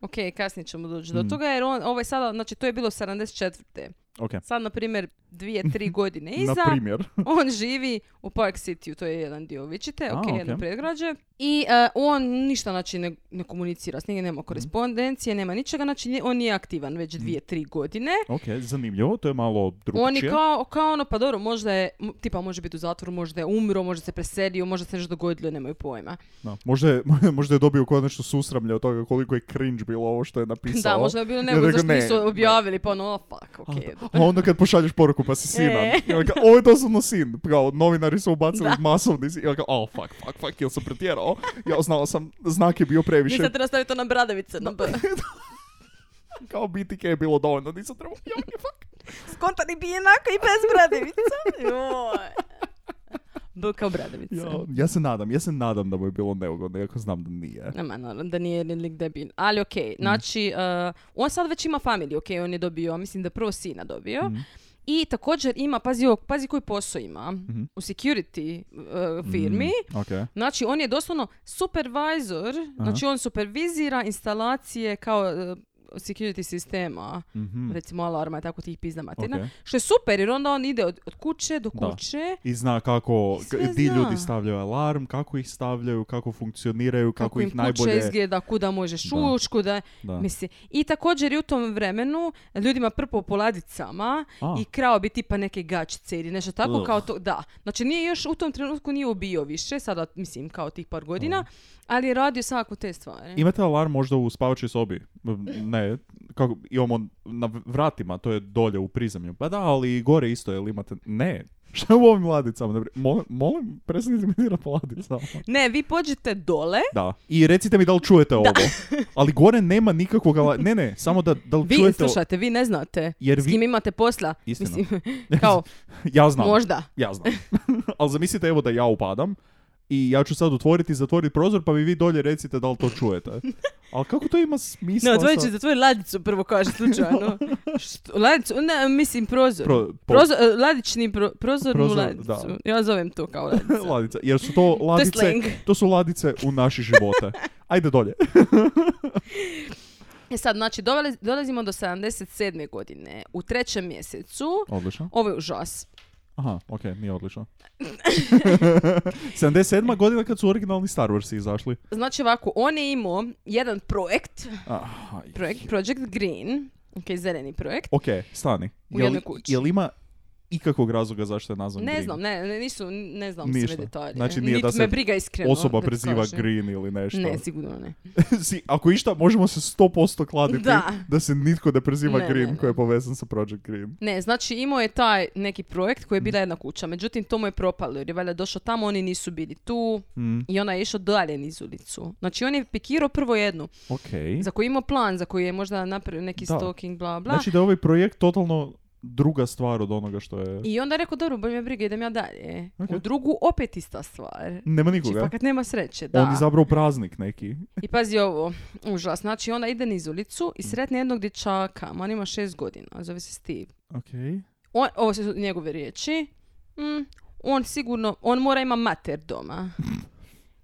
Speaker 5: Ok, kasnije ćemo doći do
Speaker 4: Mm.
Speaker 5: toga, jer on, ovaj sada, znači to je bilo 74.
Speaker 4: Ok.
Speaker 5: Sad, na primjer, dvije, tri godine
Speaker 4: Na
Speaker 5: iza,
Speaker 4: primjer.
Speaker 5: On živi u Park City, to je jedan dio Vičite,
Speaker 4: A,
Speaker 5: ok,
Speaker 4: ok.
Speaker 5: jedno predgrađe. I e, on ništa znači ne, ne komunicira s njim,
Speaker 4: Mhm.
Speaker 5: nema korespondencije, nema ničega, znači nje- on nije aktivan već dvije, tri godine.
Speaker 4: Ok, zanimljivo, to je malo
Speaker 5: Oni
Speaker 4: drugčije.
Speaker 5: kao, kao ono, pa dobro, možda je, m- tipa može biti u zatvoru, možda je umro, možda se preselio, možda se nešto dogodilo, nemaju pojma.
Speaker 4: Da. Možda, je, možda je dobio konačno susramlje od toga koliko je cringe bilo ovo što je napisao.
Speaker 5: Da, možda je bilo
Speaker 4: I
Speaker 5: nego
Speaker 4: rekao,
Speaker 5: zašto
Speaker 4: ne,
Speaker 5: nisu
Speaker 4: ne.
Speaker 5: objavili, pa ono, oh, fuck, ok.
Speaker 4: A, a onda kad pošalješ poruku pa si sinan.
Speaker 5: E.
Speaker 4: I onda kao, ovo je doslovno sin. Kao, novinari su ubacili masovni sin. I onda kao, oh, fuck, fuck, fuck, jel sam pretjerao? Ja znao sam, znak je bio previše.
Speaker 5: Nisam treba staviti to na bradavice, na B.
Speaker 4: Kao BTK je bilo dovoljno, nisam trebao. Ja, fuck.
Speaker 5: S kontani bijenaka i bez bradavica. Joj. B kao bradavica.
Speaker 4: Ja, ja se nadam, ja se nadam da mu je bilo neugodno, iako znam da nije.
Speaker 5: Ne, ma, naravno da nije lik debil. Ali okej,
Speaker 4: Mm.
Speaker 5: znači, uh, on sad već ima familiju, okej, on je dobio, mislim da je prvo sina dobio.
Speaker 4: Mm.
Speaker 5: I također ima, pazi, ovog, pazi koji posao ima
Speaker 4: Mhm.
Speaker 5: u security uh, firmi.
Speaker 4: Ok.
Speaker 5: Znači, on je doslovno supervisor, znači on supervizira instalacije kao uh, security sistema,
Speaker 4: Mhm.
Speaker 5: recimo alarma i tako tih pizda materna,
Speaker 4: Ok.
Speaker 5: što je super jer onda on ide od, od kuće do
Speaker 4: Da.
Speaker 5: kuće.
Speaker 4: I zna kako
Speaker 5: Sve
Speaker 4: k- ti
Speaker 5: zna.
Speaker 4: ljudi stavljaju alarm, kako ih stavljaju, kako funkcioniraju, kako,
Speaker 5: kako im
Speaker 4: ih
Speaker 5: kuća
Speaker 4: najbolje...
Speaker 5: izgleda, kuda možeš
Speaker 4: Da.
Speaker 5: ući, kuda...
Speaker 4: Da.
Speaker 5: Misli. I također i u tom vremenu ljudima prpo po ladicama
Speaker 4: A.
Speaker 5: i krao bi tipa neke gačice ili nešto tako
Speaker 4: Ugh.
Speaker 5: kao to, da. Znači nije još u tom trenutku nije ubio više, sada mislim kao tih par godina, ali je radio svako te stvari.
Speaker 4: Imate alarm možda u spavačoj sobi? M, Ne, kako, imamo na v- vratima, to je dolje u prizemlju. Pa da, ali i gore isto, jel imate... Ne, šta je u ovim ladicama? Dobro, Molim, molim prestanite mi dirat po ladicama.
Speaker 5: Ne, vi pođete dole,
Speaker 4: Da. I recite mi da li čujete ovo. Ali gore nema nikakvog... ala- Ne, ne, samo da, da li
Speaker 5: vi
Speaker 4: čujete... o-
Speaker 5: slušate, vi ne znate
Speaker 4: Jer
Speaker 5: s
Speaker 4: vi-
Speaker 5: kim imate posla.
Speaker 4: Istina.
Speaker 5: Mislim, kao,
Speaker 4: Ja znam.
Speaker 5: možda.
Speaker 4: Ja znam. Ali zamislite evo da ja upadam i ja ću sad otvoriti i zatvoriti prozor pa mi vi dolje recite da li to čujete. Ali kako to ima smisla?
Speaker 5: Ne, otvorit
Speaker 4: sa-
Speaker 5: ćete tvoju ladicu prvo kaže slučajno. Što- ladicu, ne, mislim prozor.
Speaker 4: Pro- po-
Speaker 5: Prozor, e, ladični pro, prozornu
Speaker 4: Prozor,
Speaker 5: ladicu.
Speaker 4: da.
Speaker 5: Ja zovem to kao ladicu.
Speaker 4: Ladica. Jer su to ladice,
Speaker 5: slang.
Speaker 4: to su ladice u naše živote. Ajde dolje.
Speaker 5: E sad, znači, doveli- dolazimo do 77. godine. U trećem mjesecu,
Speaker 4: Odlično.
Speaker 5: ovo je užas.
Speaker 4: Aha, ok, nije odlično. 77. godina kad su originalni Star Warsi izašli.
Speaker 5: Znači ovako, on je imao jedan projekt,
Speaker 4: Aha,
Speaker 5: projekt Project Green, ok, zeleni projekt.
Speaker 4: Ok, stani.
Speaker 5: U
Speaker 4: Jel-
Speaker 5: jednoj kući.
Speaker 4: Jel ima ikakvog razloga zašto je nazvan
Speaker 5: Ne
Speaker 4: Green?
Speaker 5: znam, ne, ne, nisu, ne znam
Speaker 4: Ništa.
Speaker 5: sve detalje.
Speaker 4: Znači, nije
Speaker 5: Niti
Speaker 4: da se
Speaker 5: me briga iskreno. da
Speaker 4: Osoba
Speaker 5: ti
Speaker 4: preziva
Speaker 5: kažem.
Speaker 4: Green ili nešto.
Speaker 5: Ne, sigurno ne.
Speaker 4: Si- ako išta, možemo se 100% kladiti da.
Speaker 5: Da.
Speaker 4: se nitko ne preziva
Speaker 5: Ne,
Speaker 4: Green
Speaker 5: ne, ne.
Speaker 4: koji je povezan sa Project Green.
Speaker 5: Ne, znači imao je taj neki projekt koji je
Speaker 4: Mm.
Speaker 5: bila jedna kuća, međutim to mu je propalo jer je valjda došao tamo, oni nisu bili tu
Speaker 4: Mm.
Speaker 5: i ona je išla dalje niz ulicu. Znači on je pikirao prvo jednu,
Speaker 4: Ok.
Speaker 5: za koju je imao plan, za koju je možda napravio neki
Speaker 4: Da.
Speaker 5: stalking, bla bla.
Speaker 4: Znači da je ovaj projekt totalno druga stvar od onoga što je...
Speaker 5: I onda je rekao, dobro, bolje me briga, idem ja dalje.
Speaker 4: Ok.
Speaker 5: U drugu opet ista stvar.
Speaker 4: Nema
Speaker 5: Znači,
Speaker 4: nikoga.
Speaker 5: fakat nema sreće, da.
Speaker 4: On izabrao praznik neki.
Speaker 5: I pazi ovo, užas. Znači, onda ide niz ulicu i sretne jednog dječaka, ma on ima šest godina, zove se Steve.
Speaker 4: Ok.
Speaker 5: On, ovo su njegove riječi. Mm, on sigurno, on mora ima mater doma.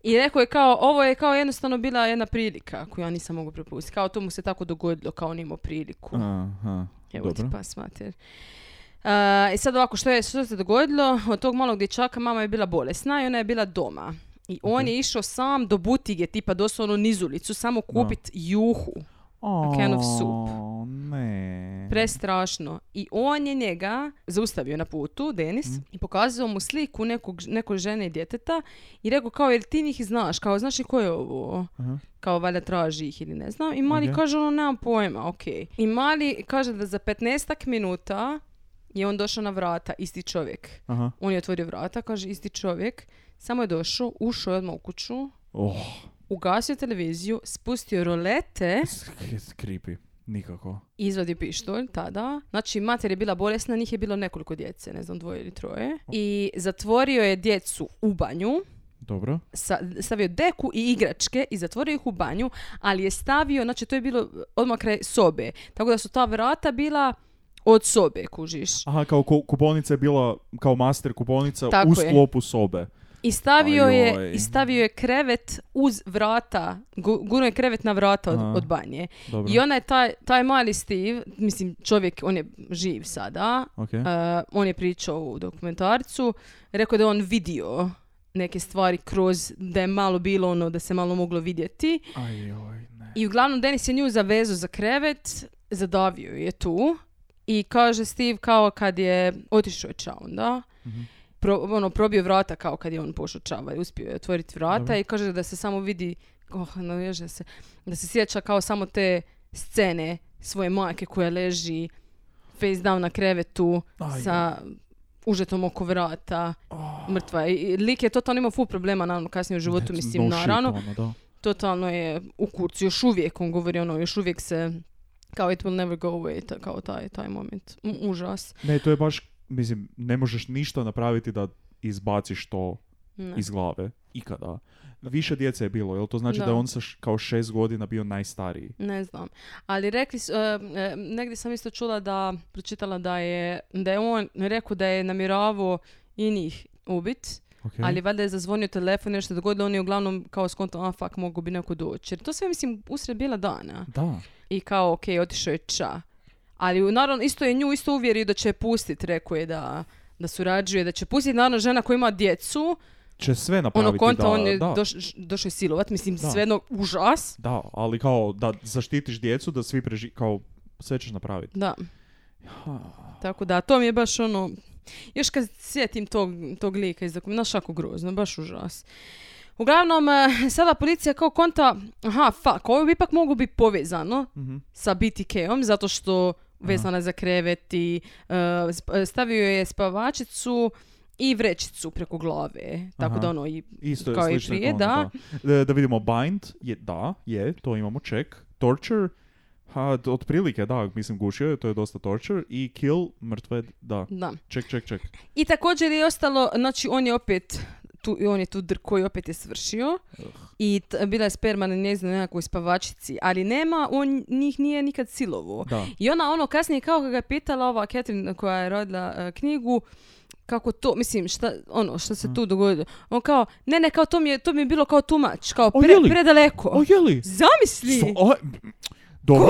Speaker 5: I rekao je kao, ovo je kao jednostavno bila jedna prilika koju ja nisam mogu propustiti. Kao to mu se tako dogodilo, kao on je imao priliku.
Speaker 4: Aha.
Speaker 5: Evo ti
Speaker 4: Dobro.
Speaker 5: pas mater. Uh, I sad ovako, što, je, što se dogodilo? Od tog malog dječaka mama je bila bolesna i ona je bila doma. I on je išao sam do butige, tipa doslovno niz ulicu, samo kupit juhu. can of soup.
Speaker 4: O, Ne.
Speaker 5: Prestrašno. I on je njega zaustavio na putu, Denis, i pokazao mu sliku nekog, neko žene i djeteta i rekao kao, jer ti njih znaš, kao, znaš li ko je ovo?
Speaker 4: Aha.
Speaker 5: Kao, valjda traži ih ili ne znam. I mali
Speaker 4: Ok.
Speaker 5: kaže, ono, nemam pojma, okej. I mali kaže da za 15 minuta je on došao na vrata, isti čovjek.
Speaker 4: Aha.
Speaker 5: On je otvorio vrata, kaže, isti čovjek, samo je došao, ušao je odmah u kuću,
Speaker 4: Oh,
Speaker 5: ugasio televiziju, spustio rolete
Speaker 4: sk- creepy. Nikako.
Speaker 5: i izvadio pištolj tada. Znači, mater je bila bolesna, njih je bilo nekoliko djece, ne znam, dvoje ili troje. I zatvorio je djecu u banju,
Speaker 4: Dobro.
Speaker 5: sa, stavio deku i igračke i zatvorio ih u banju, ali je stavio, znači to je bilo odmah kraj sobe, tako da su ta vrata bila od sobe, kužiš.
Speaker 4: Aha, kao ku- kuponica je bila, kao master kuponica
Speaker 5: Tako
Speaker 4: u
Speaker 5: je.
Speaker 4: sklopu sobe.
Speaker 5: I stavio,
Speaker 4: Ajoj.
Speaker 5: je, i stavio je krevet uz vrata, gu- gurnuo je krevet na vrata od,
Speaker 4: Aha.
Speaker 5: od banje.
Speaker 4: Dobro.
Speaker 5: I ona je taj, taj mali Steve, mislim čovjek, on je živ sada,
Speaker 4: Ok.
Speaker 5: Uh, on je pričao u dokumentarcu, rekao da je on vidio neke stvari kroz, da je malo bilo ono, da se malo moglo vidjeti.
Speaker 4: Ajoj, ne.
Speaker 5: I uglavnom Denis je nju zavezao za krevet, zadavio ju je tu i kaže Steve kao kad je otišao je ča onda,
Speaker 4: Mhm.
Speaker 5: pro- ono, probio vrata kao kad je on pošao čava i uspio je otvoriti vrata
Speaker 4: Dobro.
Speaker 5: i kaže da se samo vidi, oh, naježe se, da se sjeća kao samo te scene svoje majke koja leži face down na krevetu
Speaker 4: Aj.
Speaker 5: sa užetom oko vrata,
Speaker 4: Oh,
Speaker 5: mrtva. je. I lik je totalno imao full problema, naravno, kasnije u životu,
Speaker 4: Ne,
Speaker 5: mislim,
Speaker 4: no shit,
Speaker 5: naravno
Speaker 4: ono, da.
Speaker 5: totalno je u kurcu, još uvijek, on govori ono, još uvijek se Kao it will never go away, ta- kao taj, taj moment. M- užas.
Speaker 4: Ne, to je baš, mislim, ne možeš ništa napraviti da izbaciš to
Speaker 5: Ne.
Speaker 4: iz glave. Ikada. Više djece je bilo, jel to znači da,
Speaker 5: Da.
Speaker 4: je on sa š- kao šest godina bio najstariji?
Speaker 5: Ne znam. Ali rekli su, e, e, negdje sam isto čula da, pročitala da je, da je on rekao da je namjeravao i njih ubit,
Speaker 4: Okay.
Speaker 5: ali valjda je zazvonio telefon, nešto se dogodilo, on je uglavnom kao skonto, a fuck, mogu bi neko doći. Jer to sve, mislim, usred bijela dana.
Speaker 4: Da.
Speaker 5: I kao, ok, otišao je ča. Ali u- naravno, isto je nju isto uvjerio da će je pustit, rekao je da da surađuje, da će pustiti, naravno žena koja ima djecu,
Speaker 4: Će sve
Speaker 5: ono
Speaker 4: napraviti
Speaker 5: konta,
Speaker 4: da,
Speaker 5: on je
Speaker 4: da,
Speaker 5: doš- došao je silovat, mislim,
Speaker 4: Da.
Speaker 5: sve jedno užas.
Speaker 4: da, ali kao da zaštitiš djecu, da svi preži... kao sve ćeš napraviti.
Speaker 5: Da. Tako da, to mi je baš ono... Još kad sjetim tog, tog lika iz dokumenta, znaš kako grozno, baš užas. Uglavnom, eh, sada policija kao konta, aha, fuck, ovo bi ipak mogu biti povezano
Speaker 4: Mhm.
Speaker 5: sa BTK-om, zato što vezana je za krevet i eh, sp- stavio je spavačicu i vrećicu preko glave. Tako
Speaker 4: Aha.
Speaker 5: da ono, i,
Speaker 4: Isto je
Speaker 5: Kao i
Speaker 4: slično
Speaker 5: prije,
Speaker 4: ono,
Speaker 5: da.
Speaker 4: da. E, Da vidimo Bind, je, da, je, to imamo, check. Torture, ha, d- otprilike, da, mislim gušio je, to je dosta torture. I Kill, mrtve, da,
Speaker 5: da.
Speaker 4: check, check, check.
Speaker 5: I također je ostalo, znači on je opet tu, on je tu dr koji opet je svršio i t- bila je sperma na njezinoj nekakvoj spavačici, ali nema, on njih nije nikad silovo.
Speaker 4: Da,
Speaker 5: I ona ono kasnije kao kad ga je pitala ova Catherine koja je rodila e, knjigu, kako to, mislim, šta, ono, što
Speaker 4: Mm.
Speaker 5: se tu dogodilo. On kao, ne, ne, kao to mi je, to mi je bilo kao tumač, kao
Speaker 4: O,
Speaker 5: pre,
Speaker 4: je li?
Speaker 5: predaleko.
Speaker 4: o jeli?
Speaker 5: Zamisli!
Speaker 4: Sto- o, ovaj, m, dobro,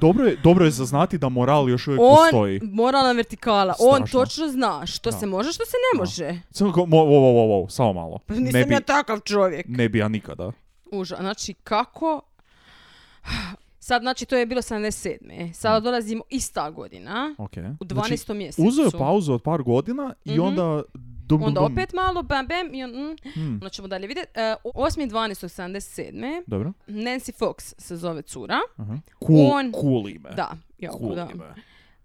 Speaker 4: dobro, je, dobro je zaznati da moral još uvijek
Speaker 5: on,
Speaker 4: postoji.
Speaker 5: moralna vertikala, on
Speaker 4: Strašno.
Speaker 5: točno zna što
Speaker 4: Da.
Speaker 5: se može, što se ne može.
Speaker 4: Samo kao, mo- wo- wo- wo- wo, samo malo.
Speaker 5: Pa
Speaker 4: Ne
Speaker 5: nisam
Speaker 4: bi,
Speaker 5: ja takav čovjek.
Speaker 4: ne bi ja nikada.
Speaker 5: Uža, znači kako... Sad, znači, to je bilo 77. Sada dolazimo ista godina,
Speaker 4: Ok.
Speaker 5: u 12.
Speaker 4: Mm. Znači,
Speaker 5: mjesecu.
Speaker 4: uzeo je pauzu od par godina i
Speaker 5: Mhm.
Speaker 4: onda... Dum, dum,
Speaker 5: Onda
Speaker 4: dum.
Speaker 5: opet malo, bam, bam, i on, mm,
Speaker 4: Hmm,
Speaker 5: onda ćemo dalje vidjeti. E, 8.12.77.
Speaker 4: Dobro.
Speaker 5: Nancy Fox se zove cura.
Speaker 4: Aha. Cool,
Speaker 5: On-
Speaker 4: cool ime.
Speaker 5: Da, jako,
Speaker 4: E. cool
Speaker 5: da.
Speaker 4: ime.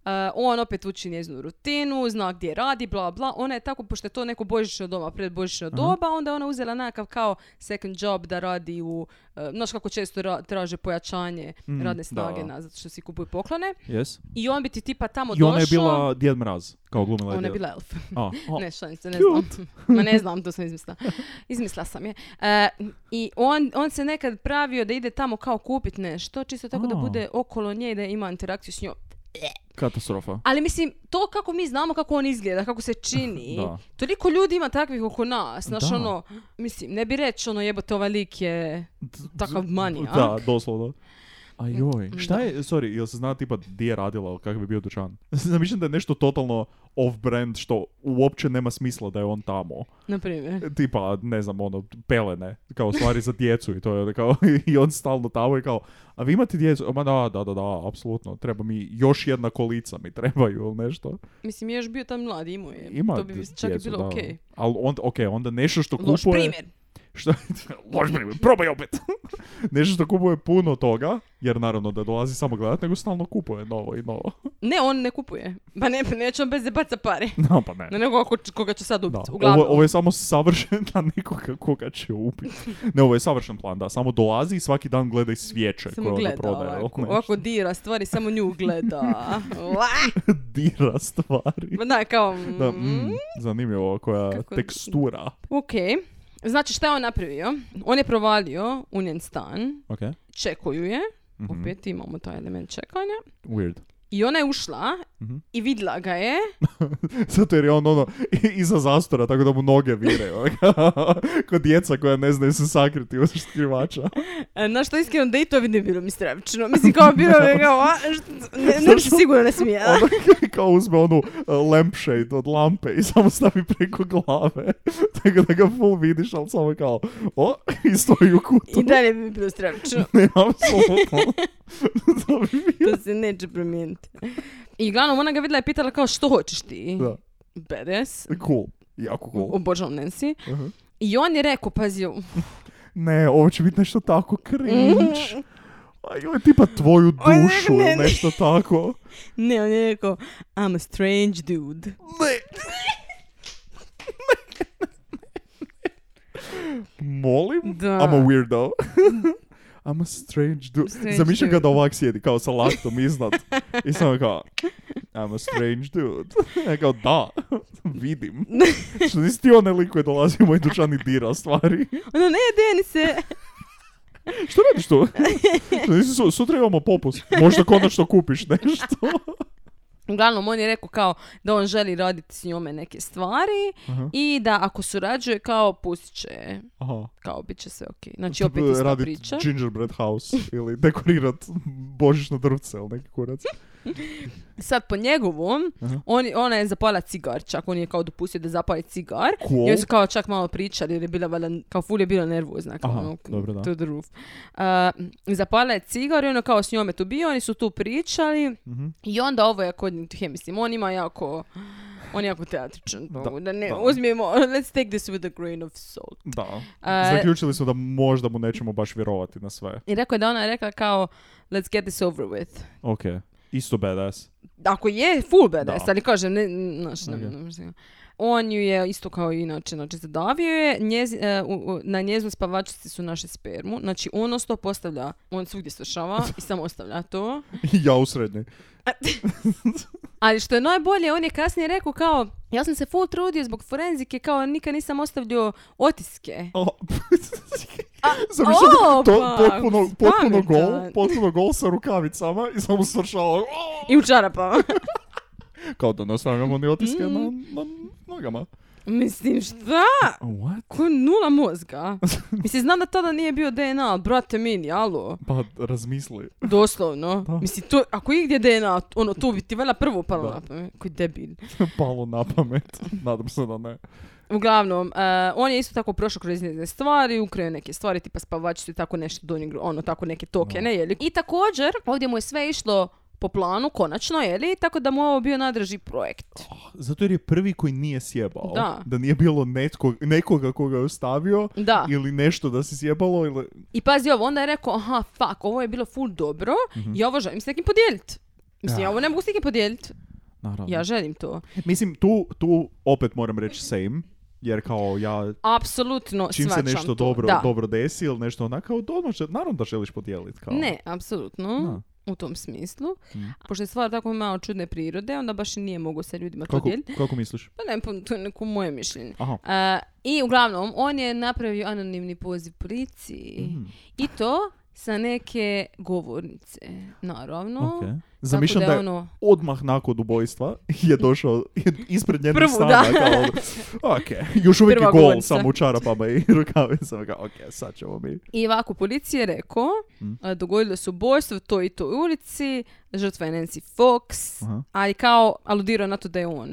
Speaker 5: E, on opet uči njezinu rutinu, zna gdje radi, bla, bla. Ona je tako, pošto je to neko božično doba, pred božično
Speaker 4: Aha.
Speaker 5: doba, onda je ona uzela nekakav kao second job da radi u... e, Znaš kako često ra- traže pojačanje
Speaker 4: Mm,
Speaker 5: radne snage
Speaker 4: da.
Speaker 5: na, zato što si kupuju poklone.
Speaker 4: Yes.
Speaker 5: I on bi ti tipa tamo
Speaker 4: I ona je
Speaker 5: došao-
Speaker 4: bila Djed Mraz, kao glumila
Speaker 5: Ona je
Speaker 4: Djed-
Speaker 5: bila elf.
Speaker 4: A, a,
Speaker 5: Ne, šalim se, ne znam. Ma ne znam, to sam izmislila. Izmislila sam je. E, I on, on se nekad pravio da ide tamo kao kupit nešto, čisto tako da
Speaker 4: A.
Speaker 5: bude okolo nje i da ima interakciju s njom.
Speaker 4: katastrofa.
Speaker 5: Ali mislim, to kako mi znamo kako on izgleda, kako se čini,
Speaker 4: Da.
Speaker 5: toliko ljudi ima takvih oko nas. Znaš,
Speaker 4: Da.
Speaker 5: ono, mislim, ne bi reći, ono, jebote, ovaj lik je... Takav Mm. manijak.
Speaker 4: Da, doslovno. A joj, šta
Speaker 5: Da.
Speaker 4: je, sorry, jel se zna tipa di je radila, kakav bi bio dućan? Zamišljam da je nešto totalno off-brand što uopće nema smisla da je on tamo.
Speaker 5: Na primjer.
Speaker 4: Tipa, ne znam, ono, pelene, kao stvari za djecu i to je onda kao, i on stalno tamo i kao, a vi imate djecu? Ma da, da, da, da, apsolutno, treba mi, još jedna kolica mi trebaju ili nešto.
Speaker 5: Mislim, je još bio tam mladi, imao je.
Speaker 4: Ima
Speaker 5: E, to bi
Speaker 4: d-
Speaker 5: čak i
Speaker 4: djecu,
Speaker 5: bilo
Speaker 4: da.
Speaker 5: okej.
Speaker 4: Ali onda, okej, onda nešto što kupuje...
Speaker 5: Loš primjer.
Speaker 4: Što, loš primjer, probaj opet. Nešto što kupuje puno toga, jer naravno da dolazi samo gledat, nego stalno kupuje novo i novo.
Speaker 5: Ne, on ne kupuje. Pa ne, neće on bez zebaca pare.
Speaker 4: No, pa ne.
Speaker 5: Na nego ako, koga će sad
Speaker 4: Da.
Speaker 5: ubiti. Uglavnom.
Speaker 4: Ovo, ovo je samo savršen na nekoga koga će ubiti. Ne, ovo je savršen plan, da. Samo dolazi i svaki dan gleda i svijeće koje
Speaker 5: Samo
Speaker 4: onda
Speaker 5: gleda
Speaker 4: prodaje.
Speaker 5: ovako,
Speaker 4: ili
Speaker 5: ovako dira stvari, samo nju gleda. Uah!
Speaker 4: nešto. Dira stvari.
Speaker 5: Ma Da, kao... mm,
Speaker 4: Da, mm, zanimljivo, koja
Speaker 5: Kako-
Speaker 4: tekstura.
Speaker 5: Ok. Znači, šta je on napravio? On je provalio u njen stan,
Speaker 4: Ok.
Speaker 5: čekuju je,
Speaker 4: Mhm.
Speaker 5: opet imamo taj element čekanja,
Speaker 4: Weird.
Speaker 5: i ona je ušla
Speaker 4: Mhm.
Speaker 5: i vidjela ga je,
Speaker 4: Zato jer je on ono iza zastora, tako da mu noge vire. Kod djeca koja ne znaju se sakriti od skrivača.
Speaker 5: E, na što iskreno da i to bi ne bilo mi stravično. Mislim, kao bilo bi kao, a, što- ne,
Speaker 4: Znaš
Speaker 5: ne bi se
Speaker 4: što?
Speaker 5: sigurno ne smije.
Speaker 4: Ono kao uzme onu uh, lampshade od lampe i samo stavi preko glave. tako da ga full vidiš, ali samo kao, o, i stoji u kutu.
Speaker 5: I dalje bi mi bilo stravično.
Speaker 4: Ne, apsolutno. to bi bilo.
Speaker 5: To se neće promijeniti. I uglavnom, ona ga vidjela i pitala kao, što hoćeš ti?
Speaker 4: Da,
Speaker 5: Bedes.
Speaker 4: cool. Jako cool.
Speaker 5: Obožavam Nancy.
Speaker 4: Aha.
Speaker 5: I on je rekao, pazi, u-
Speaker 4: Ne, ovo će biti nešto tako cringe. Aj, ovo je tipa tvoju
Speaker 5: Oj, ne,
Speaker 4: dušu
Speaker 5: ne,
Speaker 4: ili
Speaker 5: ne.
Speaker 4: nešto tako.
Speaker 5: ne, on je rekao, I'm a strange dude.
Speaker 4: Ne. Molim?
Speaker 5: Da.
Speaker 4: I'm a weirdo. I'm a strange dude.
Speaker 5: Strange
Speaker 4: Zamišljam ga
Speaker 5: dude.
Speaker 4: da ovak sjedi, kao sa laktom iznad. I samo kao, I'm a strange dude. Ja kao, da, vidim. Što nisi ti onaj lik koji dolazi u moj dućan i dira stvari.
Speaker 5: Ono, ne, Denise,
Speaker 4: Što radiš tu? Što nisi, su- sutra imamo popust. Možda konačno kupiš nešto.
Speaker 5: Uglavnom, on je rekao kao da on želi raditi s njome neke stvari
Speaker 4: Aha.
Speaker 5: i da ako surađuje kao pustit će je.
Speaker 4: Aha.
Speaker 5: kao bit će sve okej. Znači opet ista
Speaker 4: Radit
Speaker 5: priča.
Speaker 4: gingerbread house ili dekorirat božićno drvce ili neki kurac.
Speaker 5: Sad po njegovom,
Speaker 4: Aha.
Speaker 5: on, ona je zapala cigar čak, on je kao dopustio da zapali cigar.
Speaker 4: Cool.
Speaker 5: I oni su kao čak malo pričali jer je bila valjda, kao ful je bila nervozna. Kao
Speaker 4: Aha,
Speaker 5: ono,
Speaker 4: dobro, da.
Speaker 5: to the roof. Uh, zapala je cigar i ono kao s njome tu bio, oni su tu pričali
Speaker 4: Mhm.
Speaker 5: i onda ovo je according to him, mislim, on ima jako... On je jako teatričan, da, ne,
Speaker 4: da.
Speaker 5: uzmimo, let's take this with a grain of salt.
Speaker 4: Da.
Speaker 5: A-
Speaker 4: Zaključili su da možda mu nećemo baš vjerovati na sve.
Speaker 5: I rekao je da ona rekla kao, let's get this over with.
Speaker 4: Ok. Isto badass.
Speaker 5: Ako je, full badass,
Speaker 4: Da.
Speaker 5: ali kažem, ne, n- znaš, ne,
Speaker 4: Ok.
Speaker 5: ne možeš ga. On ju je, isto kao i inače, znači zadavio je, njezi- e, u- u- na njezinu spavačici su naše spermu, znači on non stop ostavlja, on svugdje svršava i samo ostavlja to.
Speaker 4: ja u srednjoj.
Speaker 5: Ali što je najbolje, on je kasnije rekao kao, ja sam se full trudio zbog forenzike, kao nikad nisam ostavljao otiske.
Speaker 4: O, Zamišljam
Speaker 5: o,
Speaker 4: to
Speaker 5: pa,
Speaker 4: potpuno, potpuno
Speaker 5: pametan.
Speaker 4: gol, potpuno gol sa rukavicama i samo svršava. o,
Speaker 5: I u čarapama.
Speaker 4: Kao da ne ostavljamo ni otiske na,
Speaker 5: Mm.
Speaker 4: na nogama.
Speaker 5: Mislim, šta?
Speaker 4: What?
Speaker 5: Ko nula mozga? Mislim, znam da tada nije bio DNA, ali brate mini, alo.
Speaker 4: Pa razmisli.
Speaker 5: Doslovno.
Speaker 4: Da.
Speaker 5: Mislim, to, ako igdje DNA, ono, to bi ti valjda prvo palo
Speaker 4: Da.
Speaker 5: na pamet. Koji debil.
Speaker 4: Palo na pamet. Nadam se da ne.
Speaker 5: Uglavnom, eh, on je isto tako prošao kroz njezine stvari, ukrao je neke stvari, tipa spavačicu i tako nešto do njeg- ono, tako neke tokene, jeli. I također, ovdje mu je sve išlo po planu, konačno, jeli, tako da mu je ovo bio najdraži projekt.
Speaker 4: Zato jer je prvi koji nije sjebao.
Speaker 5: Da.
Speaker 4: nije bilo netko, nekoga koga je ostavio
Speaker 5: Da.
Speaker 4: ili nešto da se sjebalo ili...
Speaker 5: I pazi ovo, onda je rekao, aha, fuck, ovo je bilo full dobro,
Speaker 4: Mhm.
Speaker 5: ja ovo želim s nekim podijeliti. Mislim, ja ovo ne mogu s nikim podijeliti.
Speaker 4: Naravno.
Speaker 5: Ja želim to.
Speaker 4: Mislim, tu, tu opet moram reći same, jer kao ja
Speaker 5: Apsolutno
Speaker 4: čim se
Speaker 5: svačam
Speaker 4: nešto
Speaker 5: to.
Speaker 4: dobro,
Speaker 5: da.
Speaker 4: dobro desi ili nešto onako, odmah će- naravno da želiš podijeliti. Kao. Mm.
Speaker 5: Ne, apsolutno. U tom smislu. Pošto je stvar tako malo čudne prirode, onda baš i nije mogu sa ljudima to
Speaker 4: Kako,
Speaker 5: dijeliti.
Speaker 4: kako misliš?
Speaker 5: Pa ne, pa to je neko moje mišljenje.
Speaker 4: Aha.
Speaker 5: A, I uglavnom, on je napravio anonimni poziv policiji.
Speaker 4: Mhm. Mm,
Speaker 5: I to sa neke govornice, naravno.
Speaker 4: Okay.
Speaker 5: Tako
Speaker 4: Zamišljam da,
Speaker 5: da je
Speaker 4: je
Speaker 5: ono-
Speaker 4: odmah nakon ubojstva je došao ispred njenog
Speaker 5: Prvu,
Speaker 4: stana.
Speaker 5: da.
Speaker 4: Kao, ok, još uvijek
Speaker 5: Prva
Speaker 4: je gol,
Speaker 5: govornica.
Speaker 4: samo u čarapama i rukavicama. Kao, ok, sad ćemo mi.
Speaker 5: I ovako, policija je rekao,
Speaker 4: Mhm.
Speaker 5: a, dogodilo se ubojstvo u toj i toj ulici, žrtva je Nancy Fox,
Speaker 4: Aha.
Speaker 5: ali kao aludirao na to da je on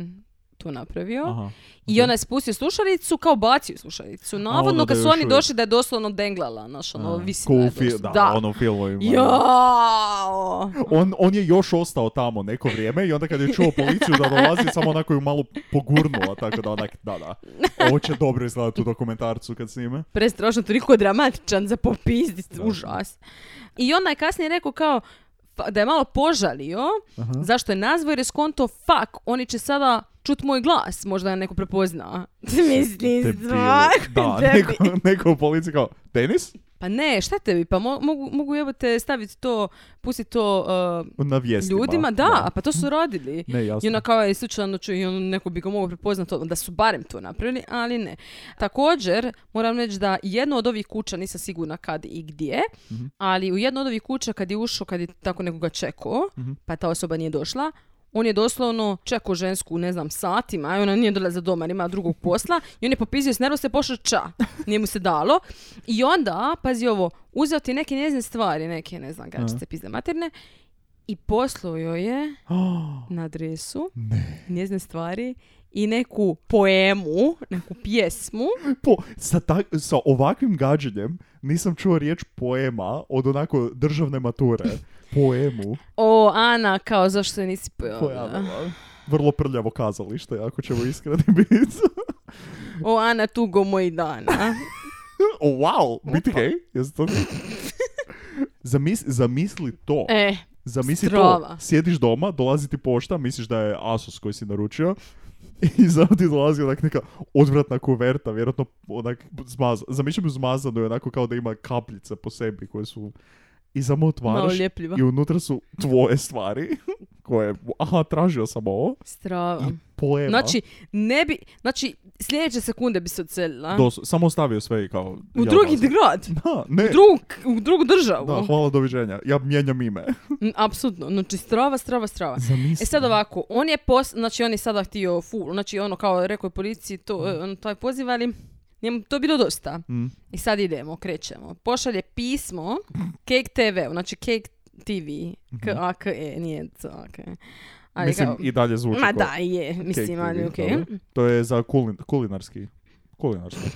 Speaker 5: to napravio. I ona je spustio slušalicu, kao bacio slušalicu.
Speaker 4: ono
Speaker 5: Navodno
Speaker 4: da
Speaker 5: kad
Speaker 4: je
Speaker 5: su
Speaker 4: još
Speaker 5: oni
Speaker 4: uvijek-
Speaker 5: došli da je doslovno denglala, znaš, ono,
Speaker 4: A,
Speaker 5: visila
Speaker 4: ko u
Speaker 5: je
Speaker 4: fi- da,
Speaker 5: doslovno.
Speaker 4: ono u filmovima.
Speaker 5: Jao!
Speaker 4: On, on je još ostao tamo neko vrijeme i onda kad je čuo policiju da dolazi, samo onako ju malo pogurnuo, tako da onak, da, da. Ovo će dobro izgledati u dokumentarcu kad snime.
Speaker 5: Prestrašno, toliko dramatičan za popizdit, užas. I onda je kasnije rekao kao, pa- da je malo požalio, zašto je nazvao jer je skonto, fuck, oni će sada čut moj glas, možda ga neko prepozna. Mislim,
Speaker 4: Debil.
Speaker 5: svak-
Speaker 4: Da,
Speaker 5: debil.
Speaker 4: neko, neko u policiji kao, tenis?
Speaker 5: Pa ne, šta tebi, pa mo- mogu, mogu jebote staviti to, pustiti to uh,
Speaker 4: Na vijestima.
Speaker 5: ljudima, da, pa to su rodili.
Speaker 4: Ne, jasno.
Speaker 5: I ona kao e, je slučajno čuje i on neko bi ga mogao prepoznati odmah da su barem to napravili, ali ne. Također, moram reći da jedno od ovih kuća, nisam sigurna kad i gdje, ali u jedno od ovih kuća kad je ušao, kad je tako nekoga čekao, pa ta osoba nije došla, on je doslovno čekao žensku, ne znam, satima i ona nije dolazila doma jer ima drugog posla i on je popizio s nervosa i pošao ča. Nije mu se dalo. I onda, pazi ovo, uzeo ti neke njezine stvari, neke, ne znam, gačice, pizde materne i poslao joj je na adresu njezine stvari i neku poemu, neku pjesmu.
Speaker 4: Po, sa, tak, sa ovakvim gađenjem nisam čuo riječ poema od onako državne mature. Poemu
Speaker 5: O, Ana, kao zašto je nisi pojavila?
Speaker 4: pojavila. Vrlo prljavo kazalište, ako ćemo iskreni biti.
Speaker 5: O, Ana, tugo moj dana.
Speaker 4: O, wow, biti gej? Jesi to? Zamis, zamisli to.
Speaker 5: E,
Speaker 4: zamisli to.
Speaker 5: strava.
Speaker 4: Sjediš doma, dolazi ti pošta, misliš da je Asus koji si naručio. I znam ti dolazi onak neka odvratna kuverta, vjerojatno onak zmaza, zamišljam ju zmazanu i onako kao da ima kapljice po sebi koje su i samo
Speaker 5: Malo
Speaker 4: otvaraš
Speaker 5: ljepljiva.
Speaker 4: i unutra su tvoje stvari koje, aha, tražio sam ovo
Speaker 5: Strava.
Speaker 4: i pojema.
Speaker 5: Znači, ne bi, znači, sljedeće sekunde bi se odselila.
Speaker 4: Dos- samo stavio sve i kao...
Speaker 5: u
Speaker 4: ja
Speaker 5: drugi
Speaker 4: odlazim.
Speaker 5: grad.
Speaker 4: Da, ne,
Speaker 5: Drugu, u drugu državu.
Speaker 4: da, hvala, doviđenja. Ja mijenjam ime.
Speaker 5: Mm, Apsolutno. Znači, strava, strava, strava.
Speaker 4: Zamisli.
Speaker 5: E sad ovako, on je pos... Znači, on je sada htio full. Znači, ono, kao rekao je policiji, to, e, on, taj poziv, ali njemu to bilo dosta.
Speaker 4: Mm.
Speaker 5: I sad idemo, krećemo. Pošalje pismo Cake TV, znači Cake TV. K A K E, nije to A K E. Ali
Speaker 4: Mhm. Mislim,
Speaker 5: kao-
Speaker 4: i dalje zvuči
Speaker 5: Ma
Speaker 4: kao
Speaker 5: da, je, mislim,
Speaker 4: cake
Speaker 5: ali
Speaker 4: drugi,
Speaker 5: okej.
Speaker 4: dobro. To je za kulin- kulinarski. Kulinarski.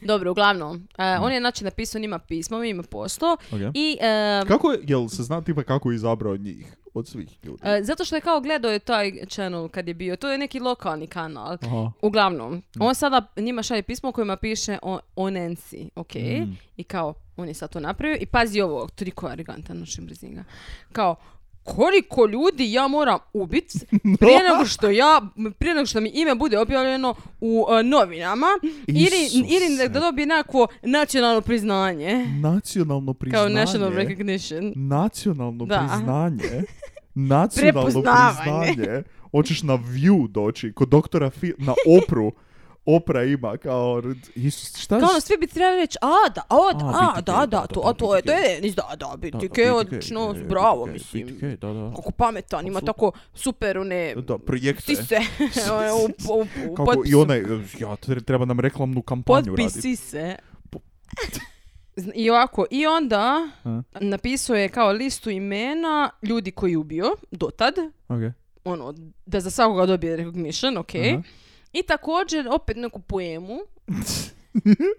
Speaker 5: Dobro, uglavnom, e,
Speaker 4: Mhm.
Speaker 5: on je znači napisao njima pismo, on njima poslao
Speaker 4: Ok.
Speaker 5: i e,
Speaker 4: Kako je, jel se zna tipa kako je izabrao njih? Od svih ljudi.
Speaker 5: e, zato što je kao gledao je taj channel kad je bio, to je neki lokalni kanal.
Speaker 4: Aha.
Speaker 5: Uglavnom,
Speaker 4: Mm.
Speaker 5: on sada njima šalje pismo u kojima piše o, o Nancy, ok?
Speaker 4: Mm.
Speaker 5: I kao, on je sad to napravio i pazi ovo, toliko je arigantan našim brzinga. Kao, koliko ljudi ja moram ubit prije nego što ja, prije nego što mi ime bude objavljeno u e, novinama ili,
Speaker 4: Isuse.
Speaker 5: ili da dobije nekakvo nacionalno priznanje.
Speaker 4: Nacionalno
Speaker 5: Kao
Speaker 4: priznanje.
Speaker 5: national recognition.
Speaker 4: Nacionalno
Speaker 5: Da.
Speaker 4: priznanje. Nacionalno
Speaker 5: Prepoznavanje.
Speaker 4: priznanje. Hoćeš na view doći kod doktora Phil, na opru. Opra ima kao... Isus, šta je
Speaker 5: Kao ono, svi bi trebali reći, a da, a da,
Speaker 4: A,
Speaker 5: a,
Speaker 4: BTK,
Speaker 5: da,
Speaker 4: da,
Speaker 5: da, to,
Speaker 4: da,
Speaker 5: a to je,
Speaker 4: BTK.
Speaker 5: to je Denis, da, da, BTK, je odlično, bravo, mislim.
Speaker 4: da, da.
Speaker 5: Kako pametan, ima tako super one
Speaker 4: Da, projekte.
Speaker 5: sise, one u, u, u, u
Speaker 4: Kako, I
Speaker 5: potpisu,
Speaker 4: onaj, ja, tre- treba nam reklamnu kampanju
Speaker 5: potpis
Speaker 4: raditi.
Speaker 5: sise. Zna- I ovako, i onda
Speaker 4: A.
Speaker 5: napisao je kao listu imena ljudi koji je ubio, dotad,
Speaker 4: Ok.
Speaker 5: ono, da za svakoga dobije recognition, ok.
Speaker 4: Aha.
Speaker 5: I također opet neku poemu,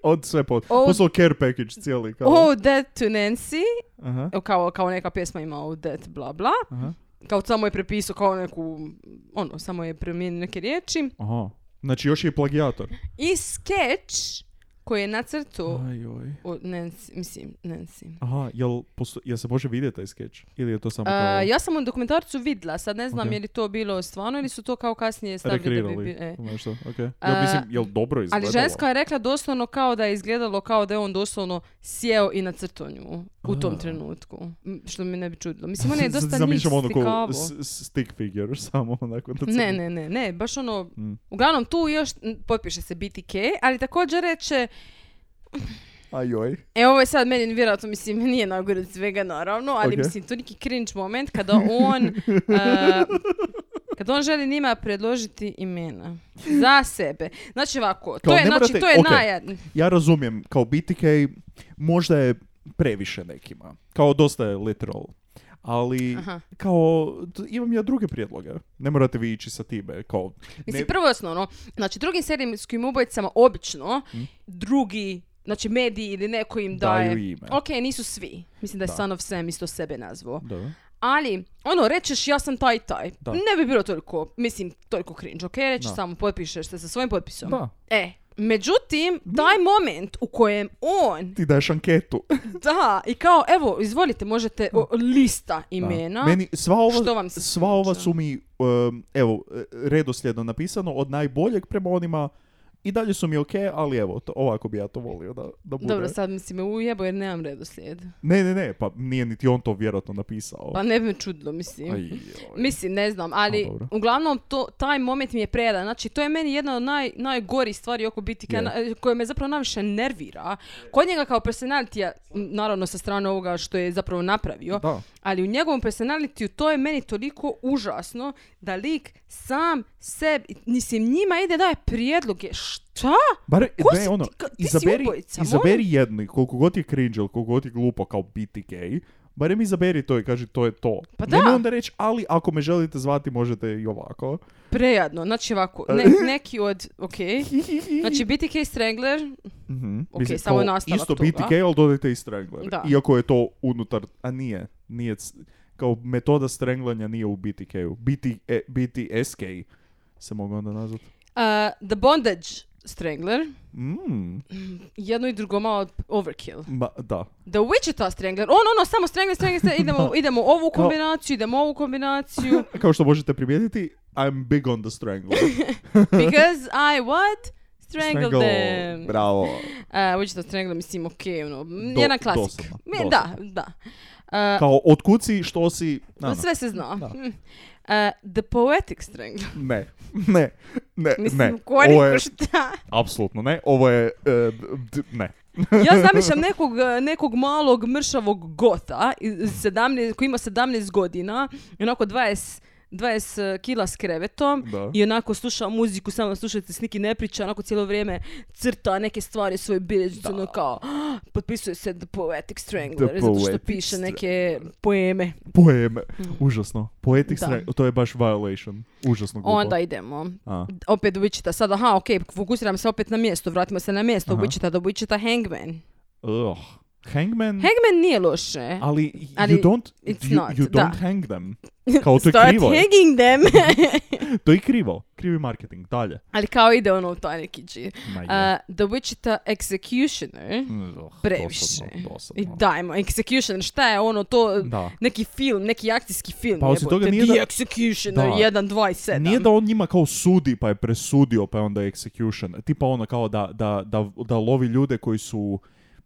Speaker 4: Od sve pot.
Speaker 5: Od-
Speaker 4: Poslao care package cijeli kao.
Speaker 5: Oh, Death to Nancy,
Speaker 4: Aha,
Speaker 5: kao, kao neka pjesma ima o Death, bla, bla.
Speaker 4: aha.
Speaker 5: Kao samo je prepisao kao neku, ono, samo je promijenio neke riječi.
Speaker 4: Aha. Znači još je i plagijator.
Speaker 5: I skeč koji je
Speaker 4: Mm.
Speaker 5: nacrtao
Speaker 4: Ajoj.
Speaker 5: o Nancy, mislim, Nancy.
Speaker 4: Aha, jel, posto, jel se može vidjeti taj skeč? Ili je to samo kao...
Speaker 5: A, ja sam u dokumentarcu vidla, sad ne znam
Speaker 4: Ok.
Speaker 5: je li to bilo stvarno ili su to kao kasnije stavili da bi
Speaker 4: rekreirali?
Speaker 5: bi- e.
Speaker 4: Nešto, ok.
Speaker 5: A,
Speaker 4: Jel, mislim, jel dobro izgledalo?
Speaker 5: Ali ženska je rekla doslovno kao da je izgledalo kao da je on doslovno sjeo i nacrtao nju u tom
Speaker 4: A.
Speaker 5: trenutku. M, Što mi ne bi čudilo. Mislim, on je dosta njih
Speaker 4: Zamišljam ono
Speaker 5: slikavao.
Speaker 4: ko s- s- stick figure, samo onako. na
Speaker 5: Ne,
Speaker 4: crno.
Speaker 5: ne, ne, ne, baš ono,
Speaker 4: Mm.
Speaker 5: uglavnom tu još n, potpiše se BTK, ali također reče,
Speaker 4: Ajoj.
Speaker 5: e ovo je sad meni vjerojatno, mislim, nije najgore od svega naravno, ali
Speaker 4: Ok.
Speaker 5: mislim, to je neki cringe moment kada on, e, kada on želi njima predložiti imena za sebe. Znači ovako, to
Speaker 4: Kao,
Speaker 5: je,
Speaker 4: ne
Speaker 5: znači,
Speaker 4: morate-
Speaker 5: to je
Speaker 4: ok.
Speaker 5: najjad-
Speaker 4: Ja razumijem, kao BTK možda je previše nekima. Kao dosta je literal. Ali,
Speaker 5: Aha.
Speaker 4: kao, d- imam ja druge prijedloge. Ne morate vi ići sa time, kao...
Speaker 5: Mislim,
Speaker 4: ne-
Speaker 5: prvo i osnovno, znači drugim serijskim ubojicama obično
Speaker 4: Hm?
Speaker 5: drugi, znači mediji ili neko im daje...
Speaker 4: Daju ime.
Speaker 5: Ok, nisu svi. Mislim da je
Speaker 4: Da.
Speaker 5: Son of Sam isto sebe nazvao.
Speaker 4: Da.
Speaker 5: Ali, ono, rečeš ja sam taj i taj.
Speaker 4: Da.
Speaker 5: Ne bi bilo toliko, mislim, toliko cringe, ok? Reći
Speaker 4: Da.
Speaker 5: samo potpišeš se sa svojim potpisom.
Speaker 4: Da.
Speaker 5: E, međutim, taj moment u kojem on,
Speaker 4: Ti daješ anketu.
Speaker 5: da, i kao, evo, izvolite, možete o, lista imena.
Speaker 4: Da. Meni sva ova,
Speaker 5: Što vam se
Speaker 4: sva ova
Speaker 5: sviđa?
Speaker 4: su mi, um, evo, e, redosljedno napisano, od najboljeg prema onima, i dalje su mi ok, ali evo, to, ovako bi ja to volio da, da bude.
Speaker 5: Dobro, sad mislim me ujebo jer nemam redoslijed.
Speaker 4: Ne, ne, ne, pa nije niti on to vjerojatno napisao.
Speaker 5: Pa ne bi me čudilo, mislim.
Speaker 4: Aj, joj.
Speaker 5: Mislim, ne znam, ali
Speaker 4: A, dobro.
Speaker 5: uglavnom to, taj moment mi je predan. Znači, to je meni jedna od naj, najgorih stvari oko BTK,
Speaker 4: Je.
Speaker 5: na- eh, koja me zapravo najviše nervira. Kod njega kao personalitija, m, naravno sa strane ovoga što je zapravo napravio,
Speaker 4: Da.
Speaker 5: ali u njegovom personalitiju to je meni toliko užasno da lik sam sebi, mislim, njima ide daje prijedloge. Šta?
Speaker 4: Bare,
Speaker 5: Ko
Speaker 4: ne,
Speaker 5: si
Speaker 4: ono,
Speaker 5: ti? Ka- ti si
Speaker 4: izaberi,
Speaker 5: ubojica,
Speaker 4: izaberi jedno, i koliko god je cringe, ili koliko god je glupo kao BTK, barem izaberi to i kaži to je to.
Speaker 5: Pa
Speaker 4: Nemoj
Speaker 5: da.
Speaker 4: onda reći, ali ako me želite zvati možete i ovako.
Speaker 5: Prejadno. Znači ovako, ne- neki od, ok. Znači, BTK Strangler,
Speaker 4: Mhm.
Speaker 5: Ok, samo
Speaker 4: kao
Speaker 5: nastavak
Speaker 4: Isto
Speaker 5: toga.
Speaker 4: BTK, ali dodajte i Strangler.
Speaker 5: Da.
Speaker 4: Iako je to unutar, a nije, nije, c- kao metoda stranglanja nije u BTK-u. BT, e, BTSK se mogu onda nazvati.
Speaker 5: eh, The Bondage Strangler,
Speaker 4: Mm,
Speaker 5: jedno i drugo malo overkill.
Speaker 4: ma, da.
Speaker 5: The Wichita Strangler, ono, ono, samo Strangler, Strangler, strangler, idemo, idemo ovu kombinaciju, idemo ovu kombinaciju.
Speaker 4: Kao što možete primijetiti, I'm big on the strangle.
Speaker 5: Because I what? Strangled
Speaker 4: Strangle,
Speaker 5: them.
Speaker 4: Bravo.
Speaker 5: Uh, which the strangle, mislim, ok, ono, m,
Speaker 4: Do-
Speaker 5: jedna klasika.
Speaker 4: dosadno,
Speaker 5: Mi-
Speaker 4: dosadno.
Speaker 5: Da, da. Uh,
Speaker 4: Kao, otkud si, što si... Na, na.
Speaker 5: sve se zna.
Speaker 4: Da.
Speaker 5: Mm. Uh, the poetic strangle.
Speaker 4: Ne, ne, ne, ne.
Speaker 5: Mislim,
Speaker 4: Ovo je,
Speaker 5: koriku šta?
Speaker 4: apsolutno ne, ovo je, e, d- ne.
Speaker 5: Ja zamišljam nekog, eh, nekog malog mršavog gota iz- iz 17, koji ima 17 godina i onako 20, 20 kila s krevetom
Speaker 4: Da.
Speaker 5: i onako sluša muziku, samo slušajte s niki ne priča, onako cijelo vrijeme crta neke stvari svoj bilježnicu, ono kao "Ah, potpisuje se The Poetic Strangler,
Speaker 4: The
Speaker 5: zato što
Speaker 4: Poetic
Speaker 5: piše neke poeme.
Speaker 4: Poeme, užasno. Poetic
Speaker 5: Mm. Da.
Speaker 4: strang- to je baš violation. Užasno glupo.
Speaker 5: Onda idemo.
Speaker 4: A.
Speaker 5: Opet Wichita, sad aha, ok, fokusiram se opet na mjesto, vratimo se na mjesto,
Speaker 4: Aha.
Speaker 5: Wichita do Wichita Hangman.
Speaker 4: Ugh. Hangman,
Speaker 5: Hangman nije loše.
Speaker 4: ali,
Speaker 5: ali
Speaker 4: you don't,
Speaker 5: it's
Speaker 4: you,
Speaker 5: not,
Speaker 4: you
Speaker 5: da.
Speaker 4: don't hang them. Kao to je
Speaker 5: Start
Speaker 4: krivo. je.
Speaker 5: hanging them.
Speaker 4: To je krivo. Krivi marketing. Dalje.
Speaker 5: Ali kao ide ono u taj neki dži.
Speaker 4: Ma je.
Speaker 5: Uh, The Wichita Executioner.
Speaker 4: Ugh,
Speaker 5: Previše.
Speaker 4: dosadno, dosadno.
Speaker 5: I dajmo, Executioner, šta je ono, to
Speaker 4: Da.
Speaker 5: neki film, neki akcijski film.
Speaker 4: Pa osim
Speaker 5: jebote,
Speaker 4: toga nije
Speaker 5: The
Speaker 4: da- Da.
Speaker 5: Executioner, 1, 2 i 7.
Speaker 4: Nije da on njima kao sudi pa je presudio pa je onda execution. Tipa ono kao da, da, da, da lovi ljude koji su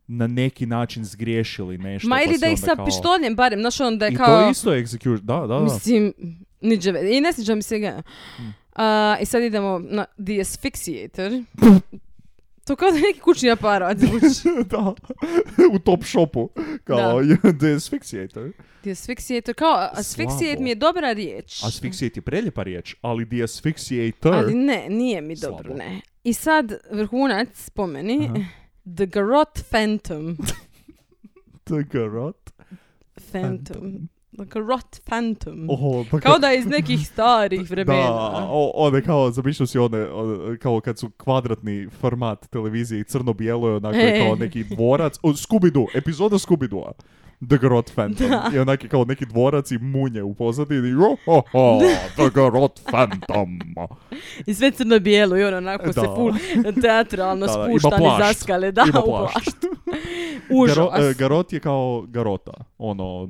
Speaker 4: na neki način zgriješili nešto.
Speaker 5: Ma
Speaker 4: pa
Speaker 5: ili
Speaker 4: se
Speaker 5: da ih
Speaker 4: onda
Speaker 5: sa
Speaker 4: kao...
Speaker 5: pištoljem barem, znaš ono da je
Speaker 4: I
Speaker 5: kao...
Speaker 4: to je isto execution. Da, Pa, da, Mm. da.
Speaker 5: Mislim, niđe ve- I ne sviđa mi se ga. A, I sad idemo na The Asphyxiator. to kao da je neki kućni aparat zvuči.
Speaker 4: da. U top shopu. Kao the asphyxiator.
Speaker 5: The Asphyxiator, kao Asphyxiate
Speaker 4: Slabo.
Speaker 5: mi je dobra riječ.
Speaker 4: Asphyxiate je preljepa riječ, ali the asphyxiator...
Speaker 5: Ali ne, nije mi
Speaker 4: Slabo.
Speaker 5: dobro, ne. I sad vrhunac spomeni
Speaker 4: Aha.
Speaker 5: The Garot Phantom.
Speaker 4: The garot.
Speaker 5: Phantom. The Garot Phantom.
Speaker 4: Oho, pa
Speaker 5: Kao da je iz nekih starih vremena. ono.
Speaker 4: Da, o- one kao, zamišljam si one, o- kao kad su kvadratni format televizije i crno-bijelo je onako
Speaker 5: E.
Speaker 4: kao neki dvorac, o, Scooby-Doo, epizoda Scooby-Doo-a. The Garot Phantom. I onak je kao neki dvorac i munje u pozadini. I, "Oh, oh, oh, the Garot Phantom.
Speaker 5: I sve crno-bijelo i ono onako se
Speaker 4: Da.
Speaker 5: full teatralno
Speaker 4: Da, da, ima
Speaker 5: spušta niz
Speaker 4: plašt.
Speaker 5: zaskale. Da,
Speaker 4: Ima
Speaker 5: u
Speaker 4: plašt.
Speaker 5: plašt. Užas.
Speaker 4: Garo, e, garot je kao garota. Ono,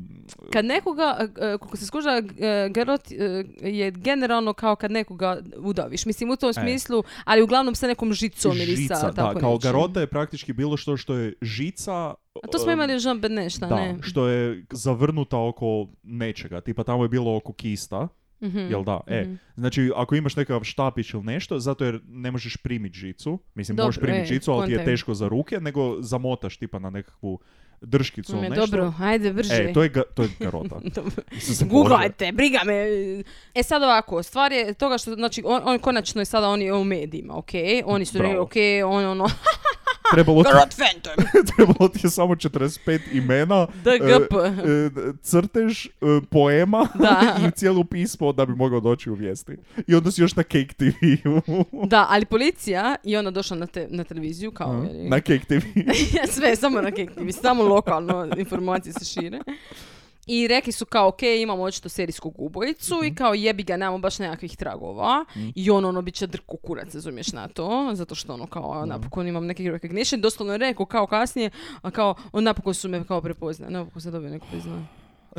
Speaker 5: Kad nekoga, e, e, koliko se skuža, e, garot e, je generalno kao kad nekoga udaviš. Mislim, u tom smislu, ali uglavnom sa nekom žicom ili
Speaker 4: E. žica.
Speaker 5: sa
Speaker 4: Da,
Speaker 5: tako
Speaker 4: kao
Speaker 5: nečim.
Speaker 4: garota je praktički bilo što što je žica...
Speaker 5: A to smo
Speaker 4: em,
Speaker 5: imali u Jean Benet, šta
Speaker 4: e, da,
Speaker 5: ne?
Speaker 4: što je zavrnuta oko nečega. Tipa tamo je bilo oko kista,
Speaker 5: Mhm.
Speaker 4: jel da? E,
Speaker 5: Mhm.
Speaker 4: Znači, ako imaš nekakav štapić ili nešto, zato jer ne možeš primiti žicu, mislim,
Speaker 5: Dobro,
Speaker 4: možeš primiti
Speaker 5: e,
Speaker 4: žicu, ali ti je
Speaker 5: kontakt.
Speaker 4: teško za ruke, nego zamotaš tipa na nekakvu drškicu ili
Speaker 5: Ne,
Speaker 4: nešto.
Speaker 5: Mm, dobro, hajde, brže.
Speaker 4: E, to je, ga, to je garota.
Speaker 5: Dobro.
Speaker 4: Mislim, se može.
Speaker 5: Googlajte, briga me. E sad ovako, stvar je toga što, znači, on, on konačno je sada, on je u medijima, ok? Oni su rekli,
Speaker 4: Bravo.
Speaker 5: ok, on, ono,
Speaker 4: Trebalo ti,
Speaker 5: Garot Phantom,
Speaker 4: trebalo ti je samo 45 imena,
Speaker 5: DGP.
Speaker 4: e, e, crtež, e, poema
Speaker 5: Da.
Speaker 4: i cijelu pismo da bi mogao doći u vijesti. I onda si još na Cake TV.
Speaker 5: Da, ali policija je onda došla na, te, na televiziju, kao, jeli-
Speaker 4: na Cake TV.
Speaker 5: sve, samo na Kektivi, samo lokalno informacije se šire. I rekli su kao, ok, imamo očito serijskog ubojicu
Speaker 4: Mhm.
Speaker 5: i kao jebi ga, nemamo baš nekakvih tragova. I on ono bit će drko kurac, razumiješ na to, zato što ono kao, napokon imam neki recognition. Doslovno je rekao kao kasnije, a kao, on napokon su me kao prepoznali, napokon sam dobio neko priznanje.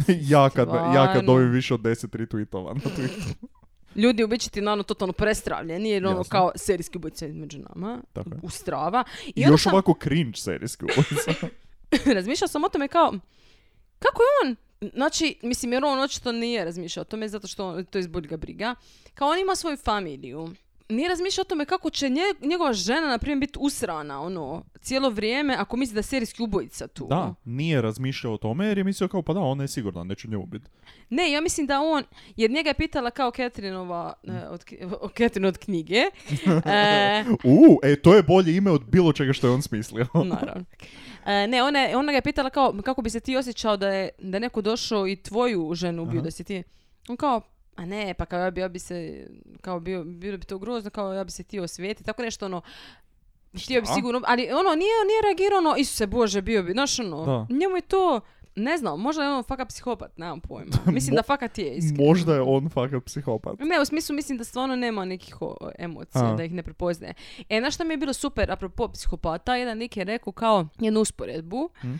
Speaker 4: ja, kad, ja kad
Speaker 5: Stvarno.
Speaker 4: dobim više od 10 retweetova na Twitteru.
Speaker 5: Ljudi u biti naravno totalno prestravljeni jer ono
Speaker 4: Jasno.
Speaker 5: kao serijski ubojica među nama,
Speaker 4: Tako je.
Speaker 5: ustrava. I
Speaker 4: I
Speaker 5: onda
Speaker 4: još
Speaker 5: sam-
Speaker 4: ovako cringe serijski ubojica.
Speaker 5: razmišljala sam o tome kao, kako je on? Znači, mislim, jer on očito nije razmišljao o tome, zato što on, to je zbog ga briga. Kao on ima svoju familiju. Nije razmišljao o tome kako će nje- njegova žena, na primjer, biti usrana, ono, cijelo vrijeme, ako misli da je serijski ubojica tu.
Speaker 4: Da, nije razmišljao o tome jer je mislio kao pa da, ona je sigurna, neću nju ubiti.
Speaker 5: Ne, ja mislim da on, jer njega je pitala kao Ketrinova, od, ki- o, Catherine od knjige. E,
Speaker 4: U, e, to je bolje ime od bilo čega što je on smislio.
Speaker 5: Naravno. E, ne, ona, je- ona ga je pitala kao, kako bi se ti osjećao da je, da je neko došao i tvoju ženu ubio,
Speaker 4: Aha.
Speaker 5: da si ti... On kao, a ne, pa kao ja bi, ja bi se, kao bio, bilo bi to grozno, kao ja bi se ti osvijeti, tako nešto ono, Htio bi
Speaker 4: Šta?
Speaker 5: sigurno, ali ono, nije, nije reagirao ono, Isuse Bože, bio bi, znaš ono,
Speaker 4: Da.
Speaker 5: njemu je to, ne znam, možda je on fakat psihopat, nemam pojma. Mislim
Speaker 4: Mo-
Speaker 5: da fakat je, iskreno.
Speaker 4: Možda je on fakat psihopat.
Speaker 5: Ne, u smislu mislim da stvarno nema nekih o, emocija,
Speaker 4: Aha.
Speaker 5: da ih ne prepoznaje. E, znaš što mi je bilo super, apropo psihopata, jedan lik je rekao kao jednu usporedbu,
Speaker 4: Hm?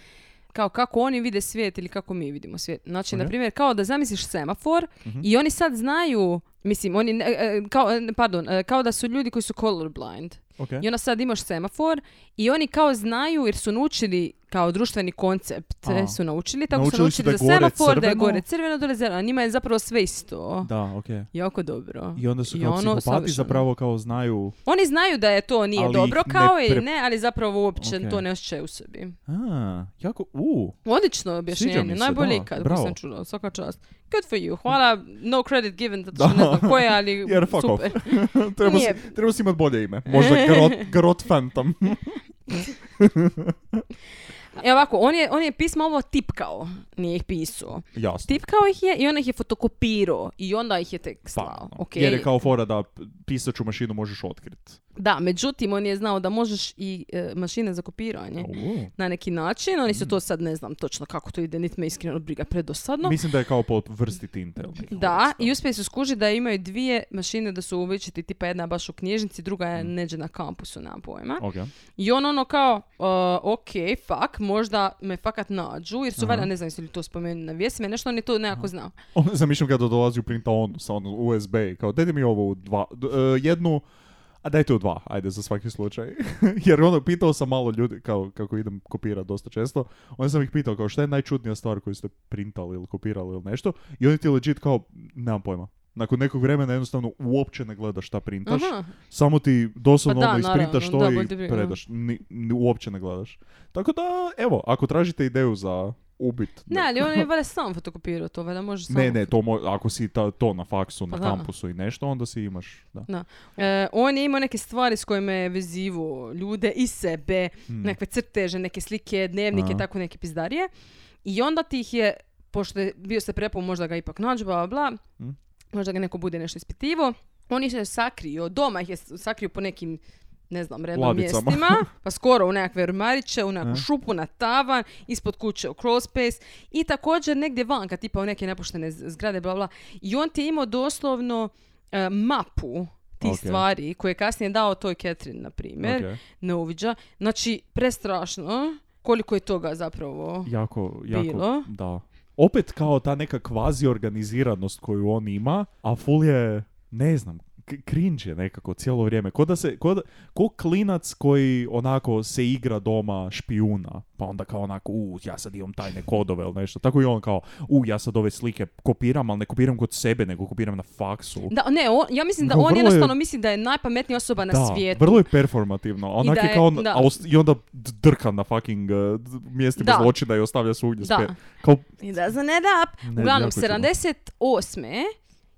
Speaker 5: kao kako oni vide svijet ili kako mi vidimo svijet. Znači,
Speaker 4: Ok. Mhm.
Speaker 5: na primjer, kao da zamisliš semafor i oni sad znaju Mislim, oni, ne- e, kao, e, pardon, e, kao da su ljudi koji su colorblind.
Speaker 4: Ok.
Speaker 5: I onda sad imaš semafor i oni kao znaju jer su naučili kao društveni koncept, e,
Speaker 4: A.
Speaker 5: su naučili, tako
Speaker 4: Naučili
Speaker 5: su
Speaker 4: su
Speaker 5: naučili
Speaker 4: da
Speaker 5: za
Speaker 4: gore
Speaker 5: semafor, da je
Speaker 4: crveno.
Speaker 5: gore crveno, dole zeleno. Njima je zapravo sve isto.
Speaker 4: Da, okej.
Speaker 5: Jako dobro.
Speaker 4: I onda su
Speaker 5: I
Speaker 4: kao
Speaker 5: ono,
Speaker 4: psihopati
Speaker 5: savršeno.
Speaker 4: zapravo kao znaju...
Speaker 5: Oni znaju da je to nije
Speaker 4: Ali
Speaker 5: dobro
Speaker 4: ih ne
Speaker 5: kao i
Speaker 4: pre-
Speaker 5: ne, ali zapravo uopće
Speaker 4: Ok.
Speaker 5: to ne osjećaju u sebi.
Speaker 4: A, jako... U,
Speaker 5: Odlično objašnjenje,
Speaker 4: mi se,
Speaker 5: najbolje
Speaker 4: da,
Speaker 5: ikad koji
Speaker 4: bravo.
Speaker 5: sam čula, svaka čast. Good for you, hvala, no credit given, zato
Speaker 4: Da.
Speaker 5: što ne znam koje, ali
Speaker 4: jer fuck off.
Speaker 5: super.
Speaker 4: treba,
Speaker 5: Nije.
Speaker 4: si, treba si imat bolje ime. Možda Garot, garot Phantom.
Speaker 5: E ovako, on je, on je pisma ovo tipkao, nije ih pisao.
Speaker 4: Jasno.
Speaker 5: Tipkao ih je i onda ih je fotokopirao i onda ih je tek
Speaker 4: Pa,
Speaker 5: slao. Okej.
Speaker 4: Jer je kao fora da p- pisaću mašinu možeš otkrit.
Speaker 5: Da, međutim, on je znao da možeš i e, mašine za kopiranje.
Speaker 4: U.
Speaker 5: Na neki način, oni
Speaker 4: Mm.
Speaker 5: su to sad, ne znam točno kako to ide, niti me iskreno briga predosadno.
Speaker 4: Mislim da je kao po vrsti tinte. ili nekako
Speaker 5: Da,
Speaker 4: vrsta.
Speaker 5: i uspjeli su skužiti da imaju dvije mašine da su uvećiti, tipa jedna baš u knjižnici, druga
Speaker 4: Mm.
Speaker 5: je neđe na kampusu, nema pojma.
Speaker 4: Ok.
Speaker 5: I on ono kao, uh, ok, fuck, možda me fakat nađu, jer su
Speaker 4: Aha.
Speaker 5: valjda, ne znam jesi li to spomenuli na vijestima, nešto on je to nekako znao.
Speaker 4: On, zamišljam ga da dolazi u printaonu sa ono USB i kao, daj mi ovo u dva, d- e, jednu, a dajte u dva, ajde, za svaki slučaj. Jer ono, pitao sam malo ljudi, kao, kako idem kopirat dosta često, onda sam ih pitao kao, šta je najčudnija stvar koju ste printali ili kopirali ili nešto, i oni ti legit kao, nemam pojma. Nakon nekog vremena jednostavno uopće ne gledaš šta printaš,
Speaker 5: Aha,
Speaker 4: samo ti doslovno
Speaker 5: Pa da,
Speaker 4: ono isprintaš to
Speaker 5: naravno, da,
Speaker 4: i
Speaker 5: bolje ti pri-
Speaker 4: predaš, ni, ni- uopće ne gledaš. Tako da, evo, ako tražite ideju za ubit
Speaker 5: ne, ali on je valjda sam fotokopirao to, valjda može sam.
Speaker 4: ne, ne, to mo- ako si ta, to na faksu, na
Speaker 5: Pa da.
Speaker 4: kampusu i nešto, onda si imaš, da.
Speaker 5: E, on je imao neke stvari s kojima je vezivo ljude i sebe, nekakve crteže, neke slike, dnevnike,
Speaker 4: Hmm. Aha.
Speaker 5: tako neke pizdarije. I onda ti ih je, pošto je bio se prepao možda ga ipak nađu, bla, bla, bla,
Speaker 4: Mm.
Speaker 5: možda ga neko bude nešto ispitivo. On ih je sakrio, doma ih je s- sakrio po nekim ne znam, redom
Speaker 4: Ladicama.
Speaker 5: mjestima, pa skoro u nekakve ormariće, u nekakvu
Speaker 4: E.
Speaker 5: šupu na tavan, ispod kuće u crawl space i također negdje vanka, tipa u neke nepuštene z- zgrade, bla, bla. I on ti je imao doslovno e, mapu tih
Speaker 4: Ok.
Speaker 5: stvari koje je kasnije dao toj Catherine, na primjer,
Speaker 4: Ok.
Speaker 5: neuviđa. Znači, prestrašno koliko je toga zapravo.
Speaker 4: Jako, jako,
Speaker 5: Bilo.
Speaker 4: da. Opet kao ta neka kvazi organiziranost koju on ima, a ful je, ne znam, k- cringe je nekako cijelo vrijeme. Ko da se, ko, da- ko klinac koji onako se igra doma špijuna, pa onda kao onako, u, ja sad imam tajne kodove ili nešto. Tako i on kao, u, ja sad ove slike kopiram, ali ne kopiram kod sebe, nego kopiram na faksu.
Speaker 5: Da, ne, on- ja mislim da
Speaker 4: Vrlo
Speaker 5: on
Speaker 4: je-
Speaker 5: jednostavno misli da je najpametnija osoba na
Speaker 4: da,
Speaker 5: svijetu.
Speaker 4: vrlo je performativno. a Onak
Speaker 5: da
Speaker 4: je
Speaker 5: je-
Speaker 4: kao, on-
Speaker 5: da.
Speaker 4: a os- i onda d- drka na fucking uh, d- mjestima
Speaker 5: Da.
Speaker 4: zločina i ostavlja svugdje
Speaker 5: Da.
Speaker 4: spe- Kao,
Speaker 5: I da za ne rap.
Speaker 4: Ne,
Speaker 5: Uglavnom,
Speaker 4: jako je čudno.
Speaker 5: 78.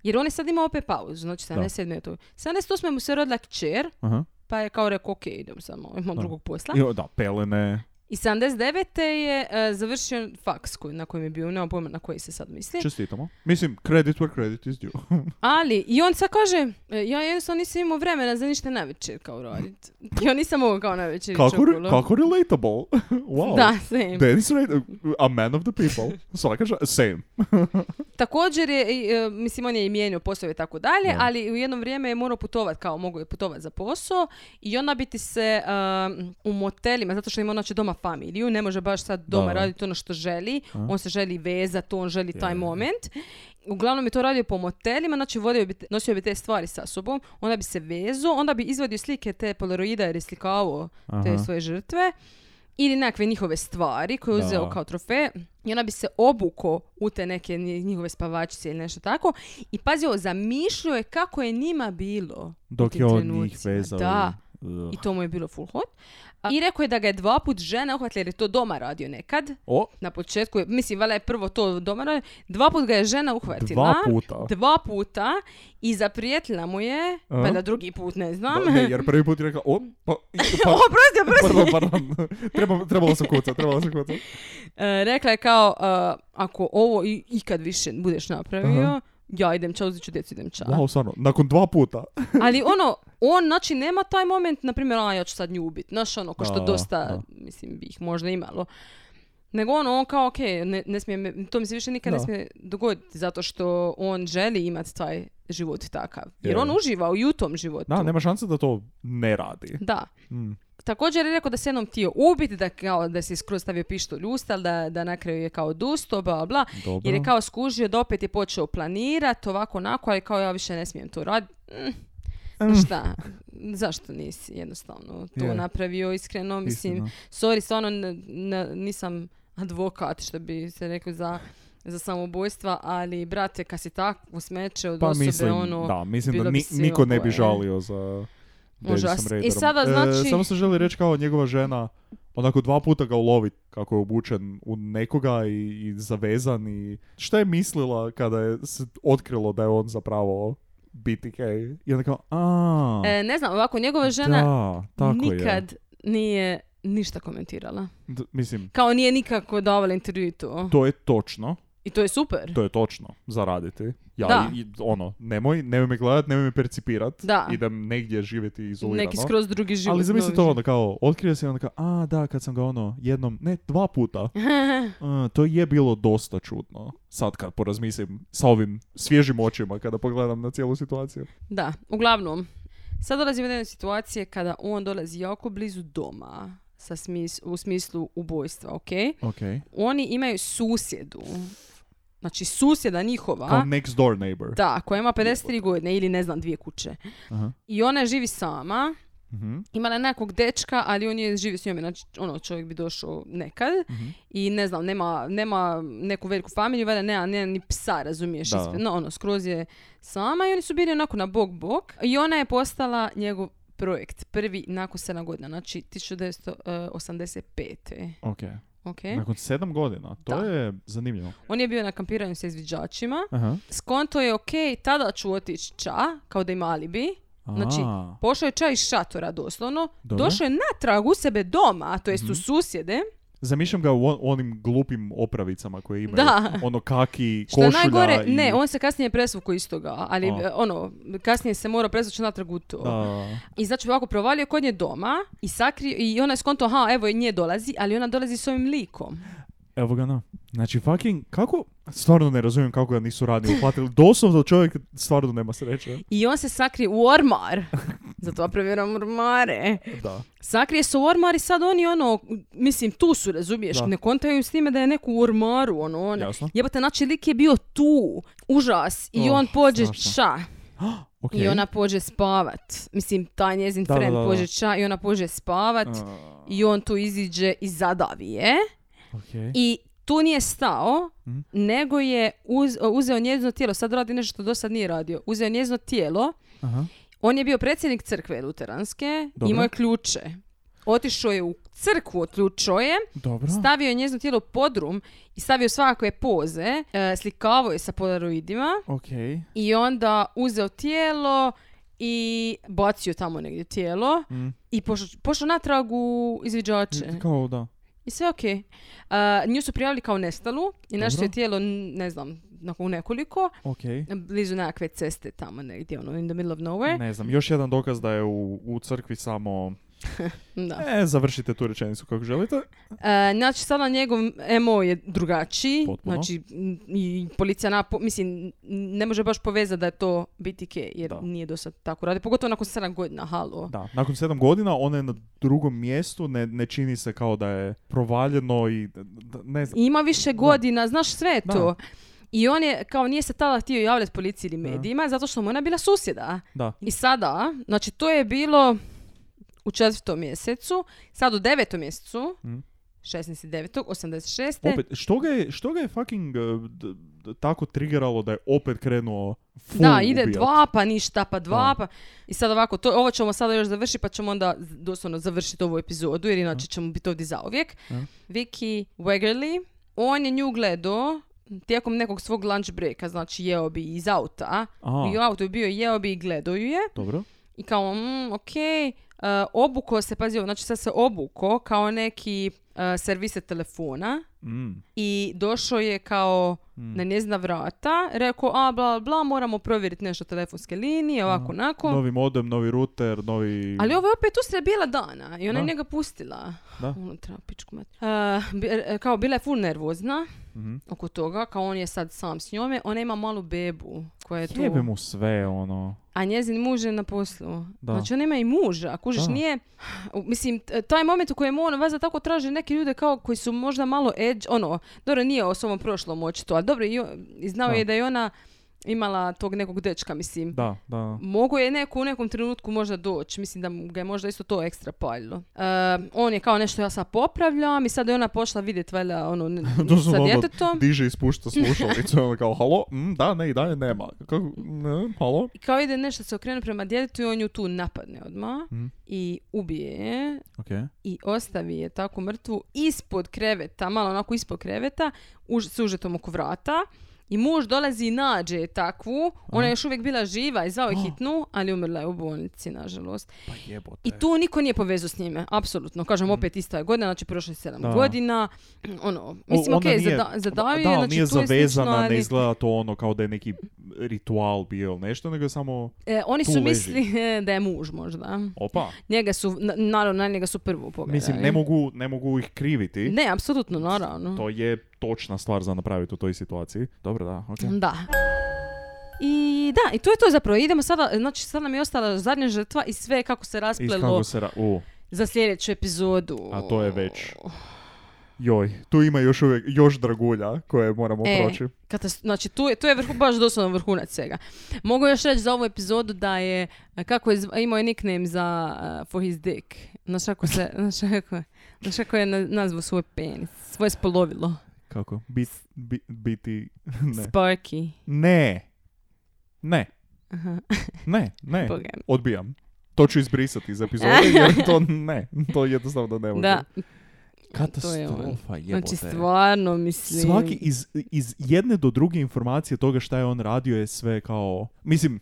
Speaker 5: Jer on je sad imao opet pauzu, znači 77. je to. 78. mu se rodila kćer,
Speaker 4: aha.
Speaker 5: pa je kao rekao, ok, idem samo, imam
Speaker 4: Da.
Speaker 5: drugog posla.
Speaker 4: I, o, da, pelene.
Speaker 5: I 79. je e, završio faks koji, na kojem je bio, nemam pojma na koji se sad misli.
Speaker 4: Čestitamo. Mislim, credit where credit is due.
Speaker 5: Ali, i on sad kaže, e, ja jednostavno nisam imao vremena za ništa na večer kao radit. Ja nisam mogao kao na večer ići
Speaker 4: kako, re-
Speaker 5: okolo.
Speaker 4: kako relatable. wow.
Speaker 5: Da, same.
Speaker 4: Dennis Rader, a man of the people. Svaka ža- same.
Speaker 5: Također je, i, e, mislim, on je i mijenio poslove i tako dalje,
Speaker 4: Da.
Speaker 5: ali u jedno vrijeme je morao putovat, kao mogu je putovat za posao i onda biti se um, u motelima, zato što ima znači doma familiju, ne može baš sad doma
Speaker 4: Da.
Speaker 5: raditi ono što želi,
Speaker 4: A.
Speaker 5: on se želi vezati, on želi taj
Speaker 4: Je.
Speaker 5: moment. Uglavnom je to radio po motelima, znači vodio bi, te- nosio bi te stvari sa sobom, onda bi se vezao, onda bi izvadio slike te polaroida jer je slikavao te
Speaker 4: Aha.
Speaker 5: svoje žrtve ili nekakve njihove stvari koje je
Speaker 4: Da.
Speaker 5: uzeo kao trofeje i onda bi se obuko u te neke nji- njihove spavačice ili nešto tako i pazi ovo, zamišljao je kako je njima bilo u
Speaker 4: Dok
Speaker 5: tim
Speaker 4: je on
Speaker 5: trenucima.
Speaker 4: njih uh, vezao.
Speaker 5: Da,
Speaker 4: Ugh.
Speaker 5: i to mu je bilo full hot. A- I rekao je da ga je dva put žena uhvatila jer je to doma radio nekad.
Speaker 4: O,
Speaker 5: Na početku, je, mislim, valjda je prvo to doma radio. Dva put ga je žena uhvatila.
Speaker 4: dva puta.
Speaker 5: Dva puta i zaprijetila mu je,
Speaker 4: A?
Speaker 5: valjda drugi put, ne znam.
Speaker 4: Da, ne, jer prvi put je rekla, o, pa, pa,
Speaker 5: Oprosti, oprosti.
Speaker 4: pardon, pardon. Treba, trebalo sam kucat, trebalo sam kucat.
Speaker 5: E, rekla je kao, e, ako ovo i, ikad više budeš napravio,
Speaker 4: Aha.
Speaker 5: ja idem ča, uzet ću djecu, idem ča.
Speaker 4: Wow, stvarno, nakon dva puta.
Speaker 5: Ali ono, on znači nema taj moment, na primjer, a ja ću sad nju ubit, znaš ono, ko što
Speaker 4: Da,
Speaker 5: dosta,
Speaker 4: da.
Speaker 5: mislim, bi ih možda imalo. Nego ono, on kao, ok, ne, ne smije, me- to mi se više nikad ne
Speaker 4: Da.
Speaker 5: smije dogoditi, zato što on želi imati taj život takav. Jer
Speaker 4: Je.
Speaker 5: on uživa u- i u tom životu.
Speaker 4: Da, nema šanse da to ne radi.
Speaker 5: Da.
Speaker 4: Mm.
Speaker 5: također je rekao da se jednom htio ubiti, da, kao, da si skroz stavio pištolj u usta, da, da na kraju je kao dusto, bla, bla, bla.
Speaker 4: Dobro.
Speaker 5: Jer je kao skužio da opet je počeo planirati, ovako, onako, ali kao ja više ne smijem to raditi.
Speaker 4: Hm,
Speaker 5: šta, zašto nisi jednostavno to
Speaker 4: Mm. Je.
Speaker 5: napravio iskreno, mislim,
Speaker 4: Istina.
Speaker 5: sorry, stvarno n- n- nisam advokat, što bi se rekao za, za samoubojstva, ali brate, kad si tako smeće od
Speaker 4: Pa
Speaker 5: osobe,
Speaker 4: mislim,
Speaker 5: ono...
Speaker 4: da, mislim da
Speaker 5: bilo bi
Speaker 4: ni-
Speaker 5: silno
Speaker 4: niko ne bi
Speaker 5: bolje.
Speaker 4: žalio za Davison
Speaker 5: Užas. I
Speaker 4: Raiderom.
Speaker 5: sada,
Speaker 4: E,
Speaker 5: znači-
Speaker 4: samo se želi reći kao njegova žena onako dva puta ga ulovi kako je obučen u nekoga i, i zavezan i šta je mislila kada je se otkrilo da je on zapravo BTK i onda kao a
Speaker 5: E, ne znam, ovako, njegova žena
Speaker 4: ono. da, tako je.
Speaker 5: nikad nije ništa komentirala.
Speaker 4: D- mislim,
Speaker 5: Kao nije nikako davala intervju i to.
Speaker 4: to je točno,
Speaker 5: I to je super.
Speaker 4: to je točno zaraditi. Ja,
Speaker 5: Da.
Speaker 4: i- i ono, nemoj, nemoj me gledat, nemoj me percipirat,
Speaker 5: Da.
Speaker 4: idem negdje živjeti izolirano.
Speaker 5: Neki skroz drugi život.
Speaker 4: Ali zamisli
Speaker 5: novi
Speaker 4: to
Speaker 5: život.
Speaker 4: onda kao, otkrio se i onda kao, a da, kad sam ga ono, jednom, ne, dva puta, E, to je bilo dosta čudno. Sad kad porazmislim sa ovim svježim očima kada pogledam na cijelu situaciju.
Speaker 5: Da, uglavnom. Sad dolazimo do jedne situacije kada on dolazi jako blizu doma sa smis- u smislu ubojstva, ok?
Speaker 4: Ok.
Speaker 5: Oni imaju susjedu. Znači susjeda njihova.
Speaker 4: Kao next door neighbor.
Speaker 5: Da, koja ima 53 godine ili ne znam dvije kuće.
Speaker 4: Aha.
Speaker 5: I ona živi sama.
Speaker 4: Mhm.
Speaker 5: Imala je nekog dečka, ali on je živi s njome. Znači, ono, čovjek bi došao nekad.
Speaker 4: Mhm.
Speaker 5: I ne znam, nema, nema neku veliku familiju, valjda nema, nema ni psa, razumiješ.
Speaker 4: Da.
Speaker 5: isp- No, ono, skroz je sama i oni su bili onako na bok bok. I ona je postala njegov projekt. Prvi nakon 7 godina, znači 1985.
Speaker 4: Ok.
Speaker 5: Ok?
Speaker 4: Nakon sedam godina. To
Speaker 5: Da.
Speaker 4: je zanimljivo.
Speaker 5: On je bio na kampiranju sa izviđačima.
Speaker 4: Aha.
Speaker 5: Skonto je ok, tada ću otići ča, kao da ima alibi. Znači,
Speaker 4: A,
Speaker 5: Pošao je čaj iz šatora doslovno,
Speaker 4: Dobro. Mhm.
Speaker 5: došao je natrag u sebe doma, to jest u susjede,
Speaker 4: Zamišljam ga u on- onim glupim opravicama koje imaju.
Speaker 5: Da.
Speaker 4: Ono kaki,
Speaker 5: što
Speaker 4: košulja
Speaker 5: je najgore,
Speaker 4: i...
Speaker 5: ne, on se kasnije presvukao iz toga, ali
Speaker 4: A.
Speaker 5: e, ono, kasnije se mora presvući natrag u to.
Speaker 4: Da.
Speaker 5: I znači ovako provalio je kod nje doma i sakrio, i ona je skonto, aha, evo nje dolazi, ali ona dolazi s ovim likom.
Speaker 4: Evo ga na. Znači, fucking, kako... Stvarno ne razumijem kako ga nisu radni uhvatili. Doslovno čovjek stvarno nema sreće.
Speaker 5: I on se sakrije u ormar. Zato ja provjeram ormare.
Speaker 4: Da.
Speaker 5: Sakrije se u ormar i sad oni ono, mislim, tu su, razumiješ?
Speaker 4: Da.
Speaker 5: Ne kontaju s time da je neko u ormaru, ono, ono.
Speaker 4: Jasno.
Speaker 5: Jebate, znači lik je bio tu, užas, i
Speaker 4: Oh,
Speaker 5: on pođe
Speaker 4: strašno.
Speaker 5: ča,
Speaker 4: Ok.
Speaker 5: i ona pođe spavat. Mislim, taj njezin
Speaker 4: Da, da,
Speaker 5: friend
Speaker 4: da, da.
Speaker 5: pođe ča i ona pođe spavat,
Speaker 4: A,
Speaker 5: i on tu iziđe i zadavi je.
Speaker 4: ok.
Speaker 5: I tu nije stao,
Speaker 4: Mhm.
Speaker 5: nego je uz- uzeo njezino tijelo, sad radi nešto što do sad nije radio, uzeo njezino tijelo,
Speaker 4: Aha.
Speaker 5: on je bio predsjednik crkve luteranske,
Speaker 4: Dobro.
Speaker 5: imao je ključe. Otišao je u crkvu, otključao je,
Speaker 4: Dobro.
Speaker 5: stavio je njezino tijelo u podrum i stavio svakakve poze, e, slikavao je sa polaroidima
Speaker 4: Ok.
Speaker 5: i onda uzeo tijelo i bacio tamo negdje tijelo
Speaker 4: Mm.
Speaker 5: i pošao, pošao natrag u izviđače.
Speaker 4: Kao da.
Speaker 5: I sve okej. E, nju su prijavili kao nestalu i našli
Speaker 4: Dobro.
Speaker 5: je tijelo, n- ne znam, nakon nekoliko,
Speaker 4: Ok.
Speaker 5: blizu nekakve ceste tamo negdje, ono, in the middle of nowhere.
Speaker 4: Ne znam, još jedan dokaz da je u, u crkvi samo...
Speaker 5: Da.
Speaker 4: E, završite tu rečenicu kako želite.
Speaker 5: E, znači, sada njegov MO je drugačiji.
Speaker 4: Potpuno.
Speaker 5: Znači, m, i policija napo- mislim, n- ne može baš povezati da je to BTK, jer
Speaker 4: Da.
Speaker 5: nije do sad tako radio. Pogotovo nakon 7 godina, halo.
Speaker 4: Da. Nakon sedam godina ona je na drugom mjestu, ne, ne čini se kao da je provaljeno i... d- d- Ne znam.
Speaker 5: I Ima više godina, znaš sve je
Speaker 4: Da.
Speaker 5: to. I on je, kao nije se tada htio javljati policiji ili
Speaker 4: Da.
Speaker 5: medijima, zato što mu je ona bila susjeda.
Speaker 4: Da.
Speaker 5: I sada, znači to je bilo u četvrtom mjesecu, sad u devetom mjesecu,
Speaker 4: Mhm.
Speaker 5: 16.9. 86.
Speaker 4: Opet, što ga je, što ga je fucking e, d- d- tako triggeralo da je opet krenuo full
Speaker 5: da, ide
Speaker 4: ubijat?
Speaker 5: dva pa ništa, pa dva
Speaker 4: Da.
Speaker 5: pa... I sad ovako, to, ovo ćemo sada još završiti pa ćemo onda z- doslovno završiti ovu epizodu jer inače ćemo biti ovdje zauvijek.
Speaker 4: Da.
Speaker 5: Vicky Waggerly, on je nju gledao tijekom nekog svog lunch breaka, znači jeo bi iz auta.
Speaker 4: A,
Speaker 5: I u autu je bio jeo bi i gledao ju je.
Speaker 4: dobro.
Speaker 5: I kao, mm, ok, obuko se, pazi, ovo, znači sad se obuko kao neki uh, eh, servise telefona.
Speaker 4: Mm, Mm.
Speaker 5: I došao je kao
Speaker 4: Mm.
Speaker 5: na njezina vrata, rekao, a bla, bla, moramo provjeriti nešto telefonske linije, ovako, onako.
Speaker 4: Novi modem, novi router, novi...
Speaker 5: Ali ovo je opet usred bijela dana i ona je
Speaker 4: Da.
Speaker 5: njega pustila.
Speaker 4: Da.
Speaker 5: Unutra, pičku mat. E, bi- e, kao bila je full nervozna
Speaker 4: Mhm.
Speaker 5: oko toga, kao on je sad sam s njome, ona ima malu bebu koja je tu.
Speaker 4: Jebe mu sve, ono.
Speaker 5: A njezin muž je na poslu.
Speaker 4: Da.
Speaker 5: Znači ona ima i muža, kužiš,
Speaker 4: Da.
Speaker 5: nije... u- Mislim, t- taj moment u kojem on vas tako traži neke ljude kao koji su možda malo edge, ono, dobro, nije o svom prošlom očito, ali dobro, i, o- i znao
Speaker 4: Da.
Speaker 5: je da je ona imala tog nekog dečka, mislim.
Speaker 4: Da, da.
Speaker 5: Mogu je neko u nekom trenutku možda doći, mislim da mu ga je možda isto to ekstra paljilo. E, on je kao nešto ja sad popravljam i sad je ona pošla vidjeti valjda ono ne-
Speaker 4: Doslovno
Speaker 5: sa
Speaker 4: ono,
Speaker 5: djetetom.
Speaker 4: Diže i spušta slušalicu, ono kao, halo, mm, da, ne, i dalje nema. Kako, ne, halo?
Speaker 5: I kao ide nešto se okrenu prema djetetu i on ju tu napadne odmah
Speaker 4: Mhm.
Speaker 5: i ubije je
Speaker 4: Ok.
Speaker 5: i ostavi je tako mrtvu ispod kreveta, malo onako ispod kreveta, už, s užetom oko vrata. I muž dolazi i nađe je takvu. Ona je još uvijek bila živa i
Speaker 4: Oh.
Speaker 5: zvao je hitnu, ali umrla je u bolnici, nažalost.
Speaker 4: Pa jebote.
Speaker 5: I tu niko nije povezao s njime, apsolutno. Kažem, opet ista je godina, znači prošlo je sedam
Speaker 4: Mm. Da.
Speaker 5: godina. Ono,
Speaker 4: O,
Speaker 5: mislim,
Speaker 4: ona
Speaker 5: okej,
Speaker 4: nije-
Speaker 5: zada- zadavio je,
Speaker 4: Da, ali
Speaker 5: znači
Speaker 4: nije
Speaker 5: tu je slično,
Speaker 4: zavezana,
Speaker 5: ali-
Speaker 4: ne izgleda to ono kao da je neki ritual bio ili nešto, nego je samo,
Speaker 5: E, oni
Speaker 4: tu
Speaker 5: su
Speaker 4: leži.
Speaker 5: mislili e, da je muž možda.
Speaker 4: opa.
Speaker 5: Njega su, na- naravno, na njega su prvo pogledali.
Speaker 4: Mislim, ne mogu, ne mogu ih kriviti.
Speaker 5: Ne, apsolutno, naravno.
Speaker 4: To je točna stvar za napraviti u toj situaciji. Dobro, da, ok.
Speaker 5: Da. I da, i to je to zapravo. Idemo sada, znači sad nam je ostala zadnja žrtva i sve kako se
Speaker 4: I
Speaker 5: rasplelo
Speaker 4: kako se ra- u,
Speaker 5: za sljedeću epizodu.
Speaker 4: A to je već- joj, tu ima još uvijek, još dragulja koje moramo
Speaker 5: E,
Speaker 4: proći.
Speaker 5: katas- znači, tu je, tu je vrhu, baš doslovno vrhunac svega. Mogu još reći za ovu epizodu da je, e, kako je, zva- imao je nickname za uh, For His Dick. Znaš kako se, znaš kako, znaš kako je na- nazvao svoj penis, svoje spolovilo.
Speaker 4: Kako? Bit, bi- biti, ne.
Speaker 5: Sparky.
Speaker 4: Ne. Ne.
Speaker 5: Aha,
Speaker 4: Ne, ne.
Speaker 5: Boga mi.
Speaker 4: Odbijam. To ću izbrisati iz epizode jer to ne. To jednostavno ne može.
Speaker 5: Da,
Speaker 4: Katastrofa, jebote.
Speaker 5: znači stvarno mislim.
Speaker 4: Svaki iz, iz jedne do druge informacije toga šta je on radio je sve kao... Mislim,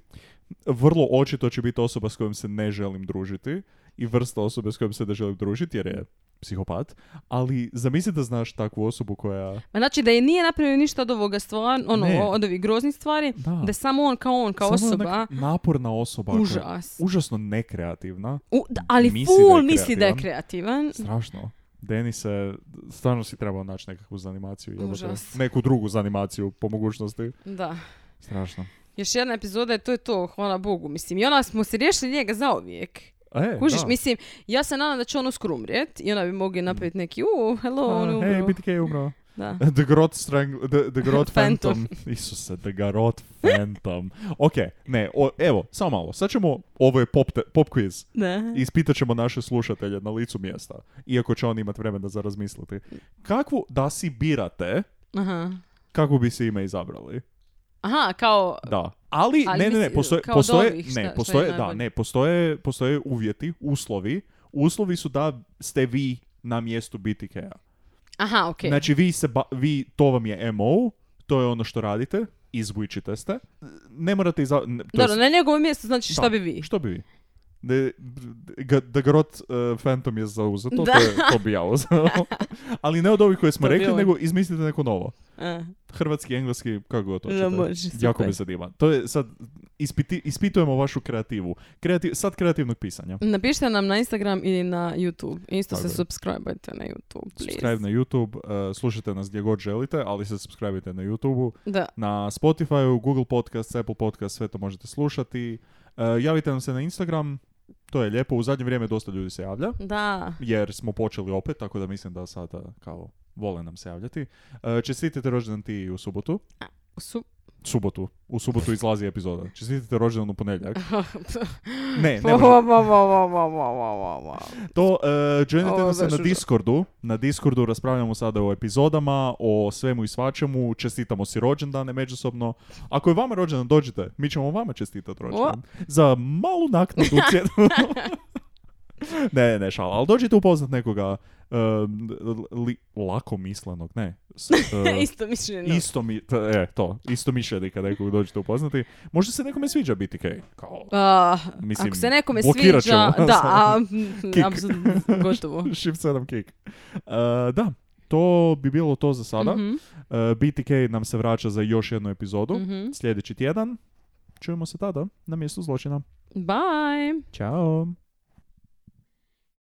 Speaker 4: vrlo očito će biti osoba s kojom se ne želim družiti i vrsta osobe s kojom se ne želim družiti jer je psihopat, ali zamisli da znaš takvu osobu koja...
Speaker 5: Ma znači da je nije napravio ništa od ovoga stvar, ono,
Speaker 4: Ne.
Speaker 5: od ovih groznih stvari,
Speaker 4: Da.
Speaker 5: da je samo on kao on, kao
Speaker 4: Samo dakle,
Speaker 5: osoba,
Speaker 4: onak naporna osoba. koja-
Speaker 5: užas.
Speaker 4: Užasno nekreativna.
Speaker 5: U, da, ali
Speaker 4: Misli da je
Speaker 5: full misli da je kreativan.
Speaker 4: Strašno. Denise, stvarno si trebao naći nekakvu zanimaciju. jebote.
Speaker 5: Užas.
Speaker 4: Neku drugu zanimaciju po mogućnosti.
Speaker 5: Da.
Speaker 4: Strašno.
Speaker 5: Još jedna epizoda i to je to, hvala Bogu. Mislim, i ona smo se riješili njega zauvijek.
Speaker 4: E,
Speaker 5: Kužiš,
Speaker 4: da.
Speaker 5: mislim, ja se nadam da će on uskoro umrijet i ona bi mogli napraviti neki, u, hello, on je
Speaker 4: A,
Speaker 5: umro.
Speaker 4: E, Hej, BTK je umro.
Speaker 5: Da.
Speaker 4: The Grot Strang... The, the Grot
Speaker 5: Phantom.
Speaker 4: Phantom. Isuse, The Grot Phantom. ok, ne, o, evo, samo malo. Sad ćemo, ovo je pop, te, pop quiz.
Speaker 5: Da.
Speaker 4: Ispitat ćemo naše slušatelje na licu mjesta. Iako će on imati vremena za razmisliti. Kakvu, da si birate,
Speaker 5: Aha.
Speaker 4: kakvu bi si ime izabrali?
Speaker 5: Aha, kao,
Speaker 4: Da. Ali,
Speaker 5: Ali
Speaker 4: ne, ne, ne,
Speaker 5: misli-
Speaker 4: postoje,
Speaker 5: kao
Speaker 4: postoje,
Speaker 5: dobih, šta- šta
Speaker 4: ne,
Speaker 5: je
Speaker 4: postoje, da,
Speaker 5: najbolje?
Speaker 4: ne, postoje, postoje uvjeti, uslovi. Uslovi su da ste vi na mjestu BTK-a.
Speaker 5: aha, okej.
Speaker 4: Znači, vi, se ba- vi, to vam je MO, to je ono što radite, izvučite ste. Ne morate iza... ne- to
Speaker 5: Dobro,
Speaker 4: jest-
Speaker 5: na njegovo mjesto znači
Speaker 4: Da.
Speaker 5: šta bi vi?
Speaker 4: Što bi vi? Da, da, da Grot uh, Phantom je zauzeto,
Speaker 5: Da.
Speaker 4: to, je, to bi ja uzeo. Ali ne od ovih koje smo
Speaker 5: To bi ovaj.
Speaker 4: rekli,
Speaker 5: on.
Speaker 4: nego izmislite neko novo.
Speaker 5: A,
Speaker 4: Hrvatski, engleski, kako god hoćete.
Speaker 5: E, da, može,
Speaker 4: jako
Speaker 5: super.
Speaker 4: me zanima. To je sad, ispiti, ispitujemo vašu kreativu. Kreati- sad kreativnog pisanja.
Speaker 5: Napišite nam na Instagram ili na YouTube. Isto
Speaker 4: Tako
Speaker 5: se
Speaker 4: je.
Speaker 5: subscribe-ajte na YouTube, please.
Speaker 4: Subscribe na YouTube, eh, slušajte nas gdje god želite, ali se subscribe na YouTube-u.
Speaker 5: Da.
Speaker 4: na Spotify, Google Podcast, Apple Podcast, sve to možete slušati. E, javite nam se na Instagram, to je lijepo, u zadnje vrijeme dosta ljudi se javlja,
Speaker 5: Da.
Speaker 4: jer smo počeli opet, tako da mislim da sada kao vole nam se javljati. E, čestitite rođendan ti u subotu.
Speaker 5: Su...
Speaker 4: Subotu. U subotu izlazi epizoda. Čestitite rođendan u ponedjeljak. Ne, ne može.
Speaker 5: Ovo, ovo, ovo, ovo, ovo, ovo, ovo.
Speaker 4: To, e, joinite
Speaker 5: Ovo je
Speaker 4: nas
Speaker 5: baš
Speaker 4: na
Speaker 5: užas.
Speaker 4: Discordu. Na Discordu raspravljamo sada o epizodama, o svemu i svačemu. Čestitamo si rođendane međusobno. Ako je vama rođendan, dođite. Mi ćemo vama čestitati rođendan. Za malu naknadu cijenu. ne, ne, šala. Ali dođite upoznat nekoga e, li, lakomislenog, ne. S, e,
Speaker 5: Ja, Isto mišljeno.
Speaker 4: isto mi, t- e, to, isto mišljenika nekog dođete upoznati. Možda se nekome sviđa BTK. Kao,
Speaker 5: A,
Speaker 4: Mislim,
Speaker 5: Ah, ako se nekome
Speaker 4: blokirat
Speaker 5: sviđa,
Speaker 4: ćemo.
Speaker 5: da, a, mm,
Speaker 4: Kick.
Speaker 5: apsolutno, gotovo.
Speaker 4: Shift 7 kick. E, da, to bi bilo to za sada.
Speaker 5: Mhm.
Speaker 4: E, BTK nam se vraća za još jednu epizodu
Speaker 5: Mhm.
Speaker 4: sljedeći tjedan. Čujemo se tada na mjestu zločina.
Speaker 5: Bye.
Speaker 4: Ćao!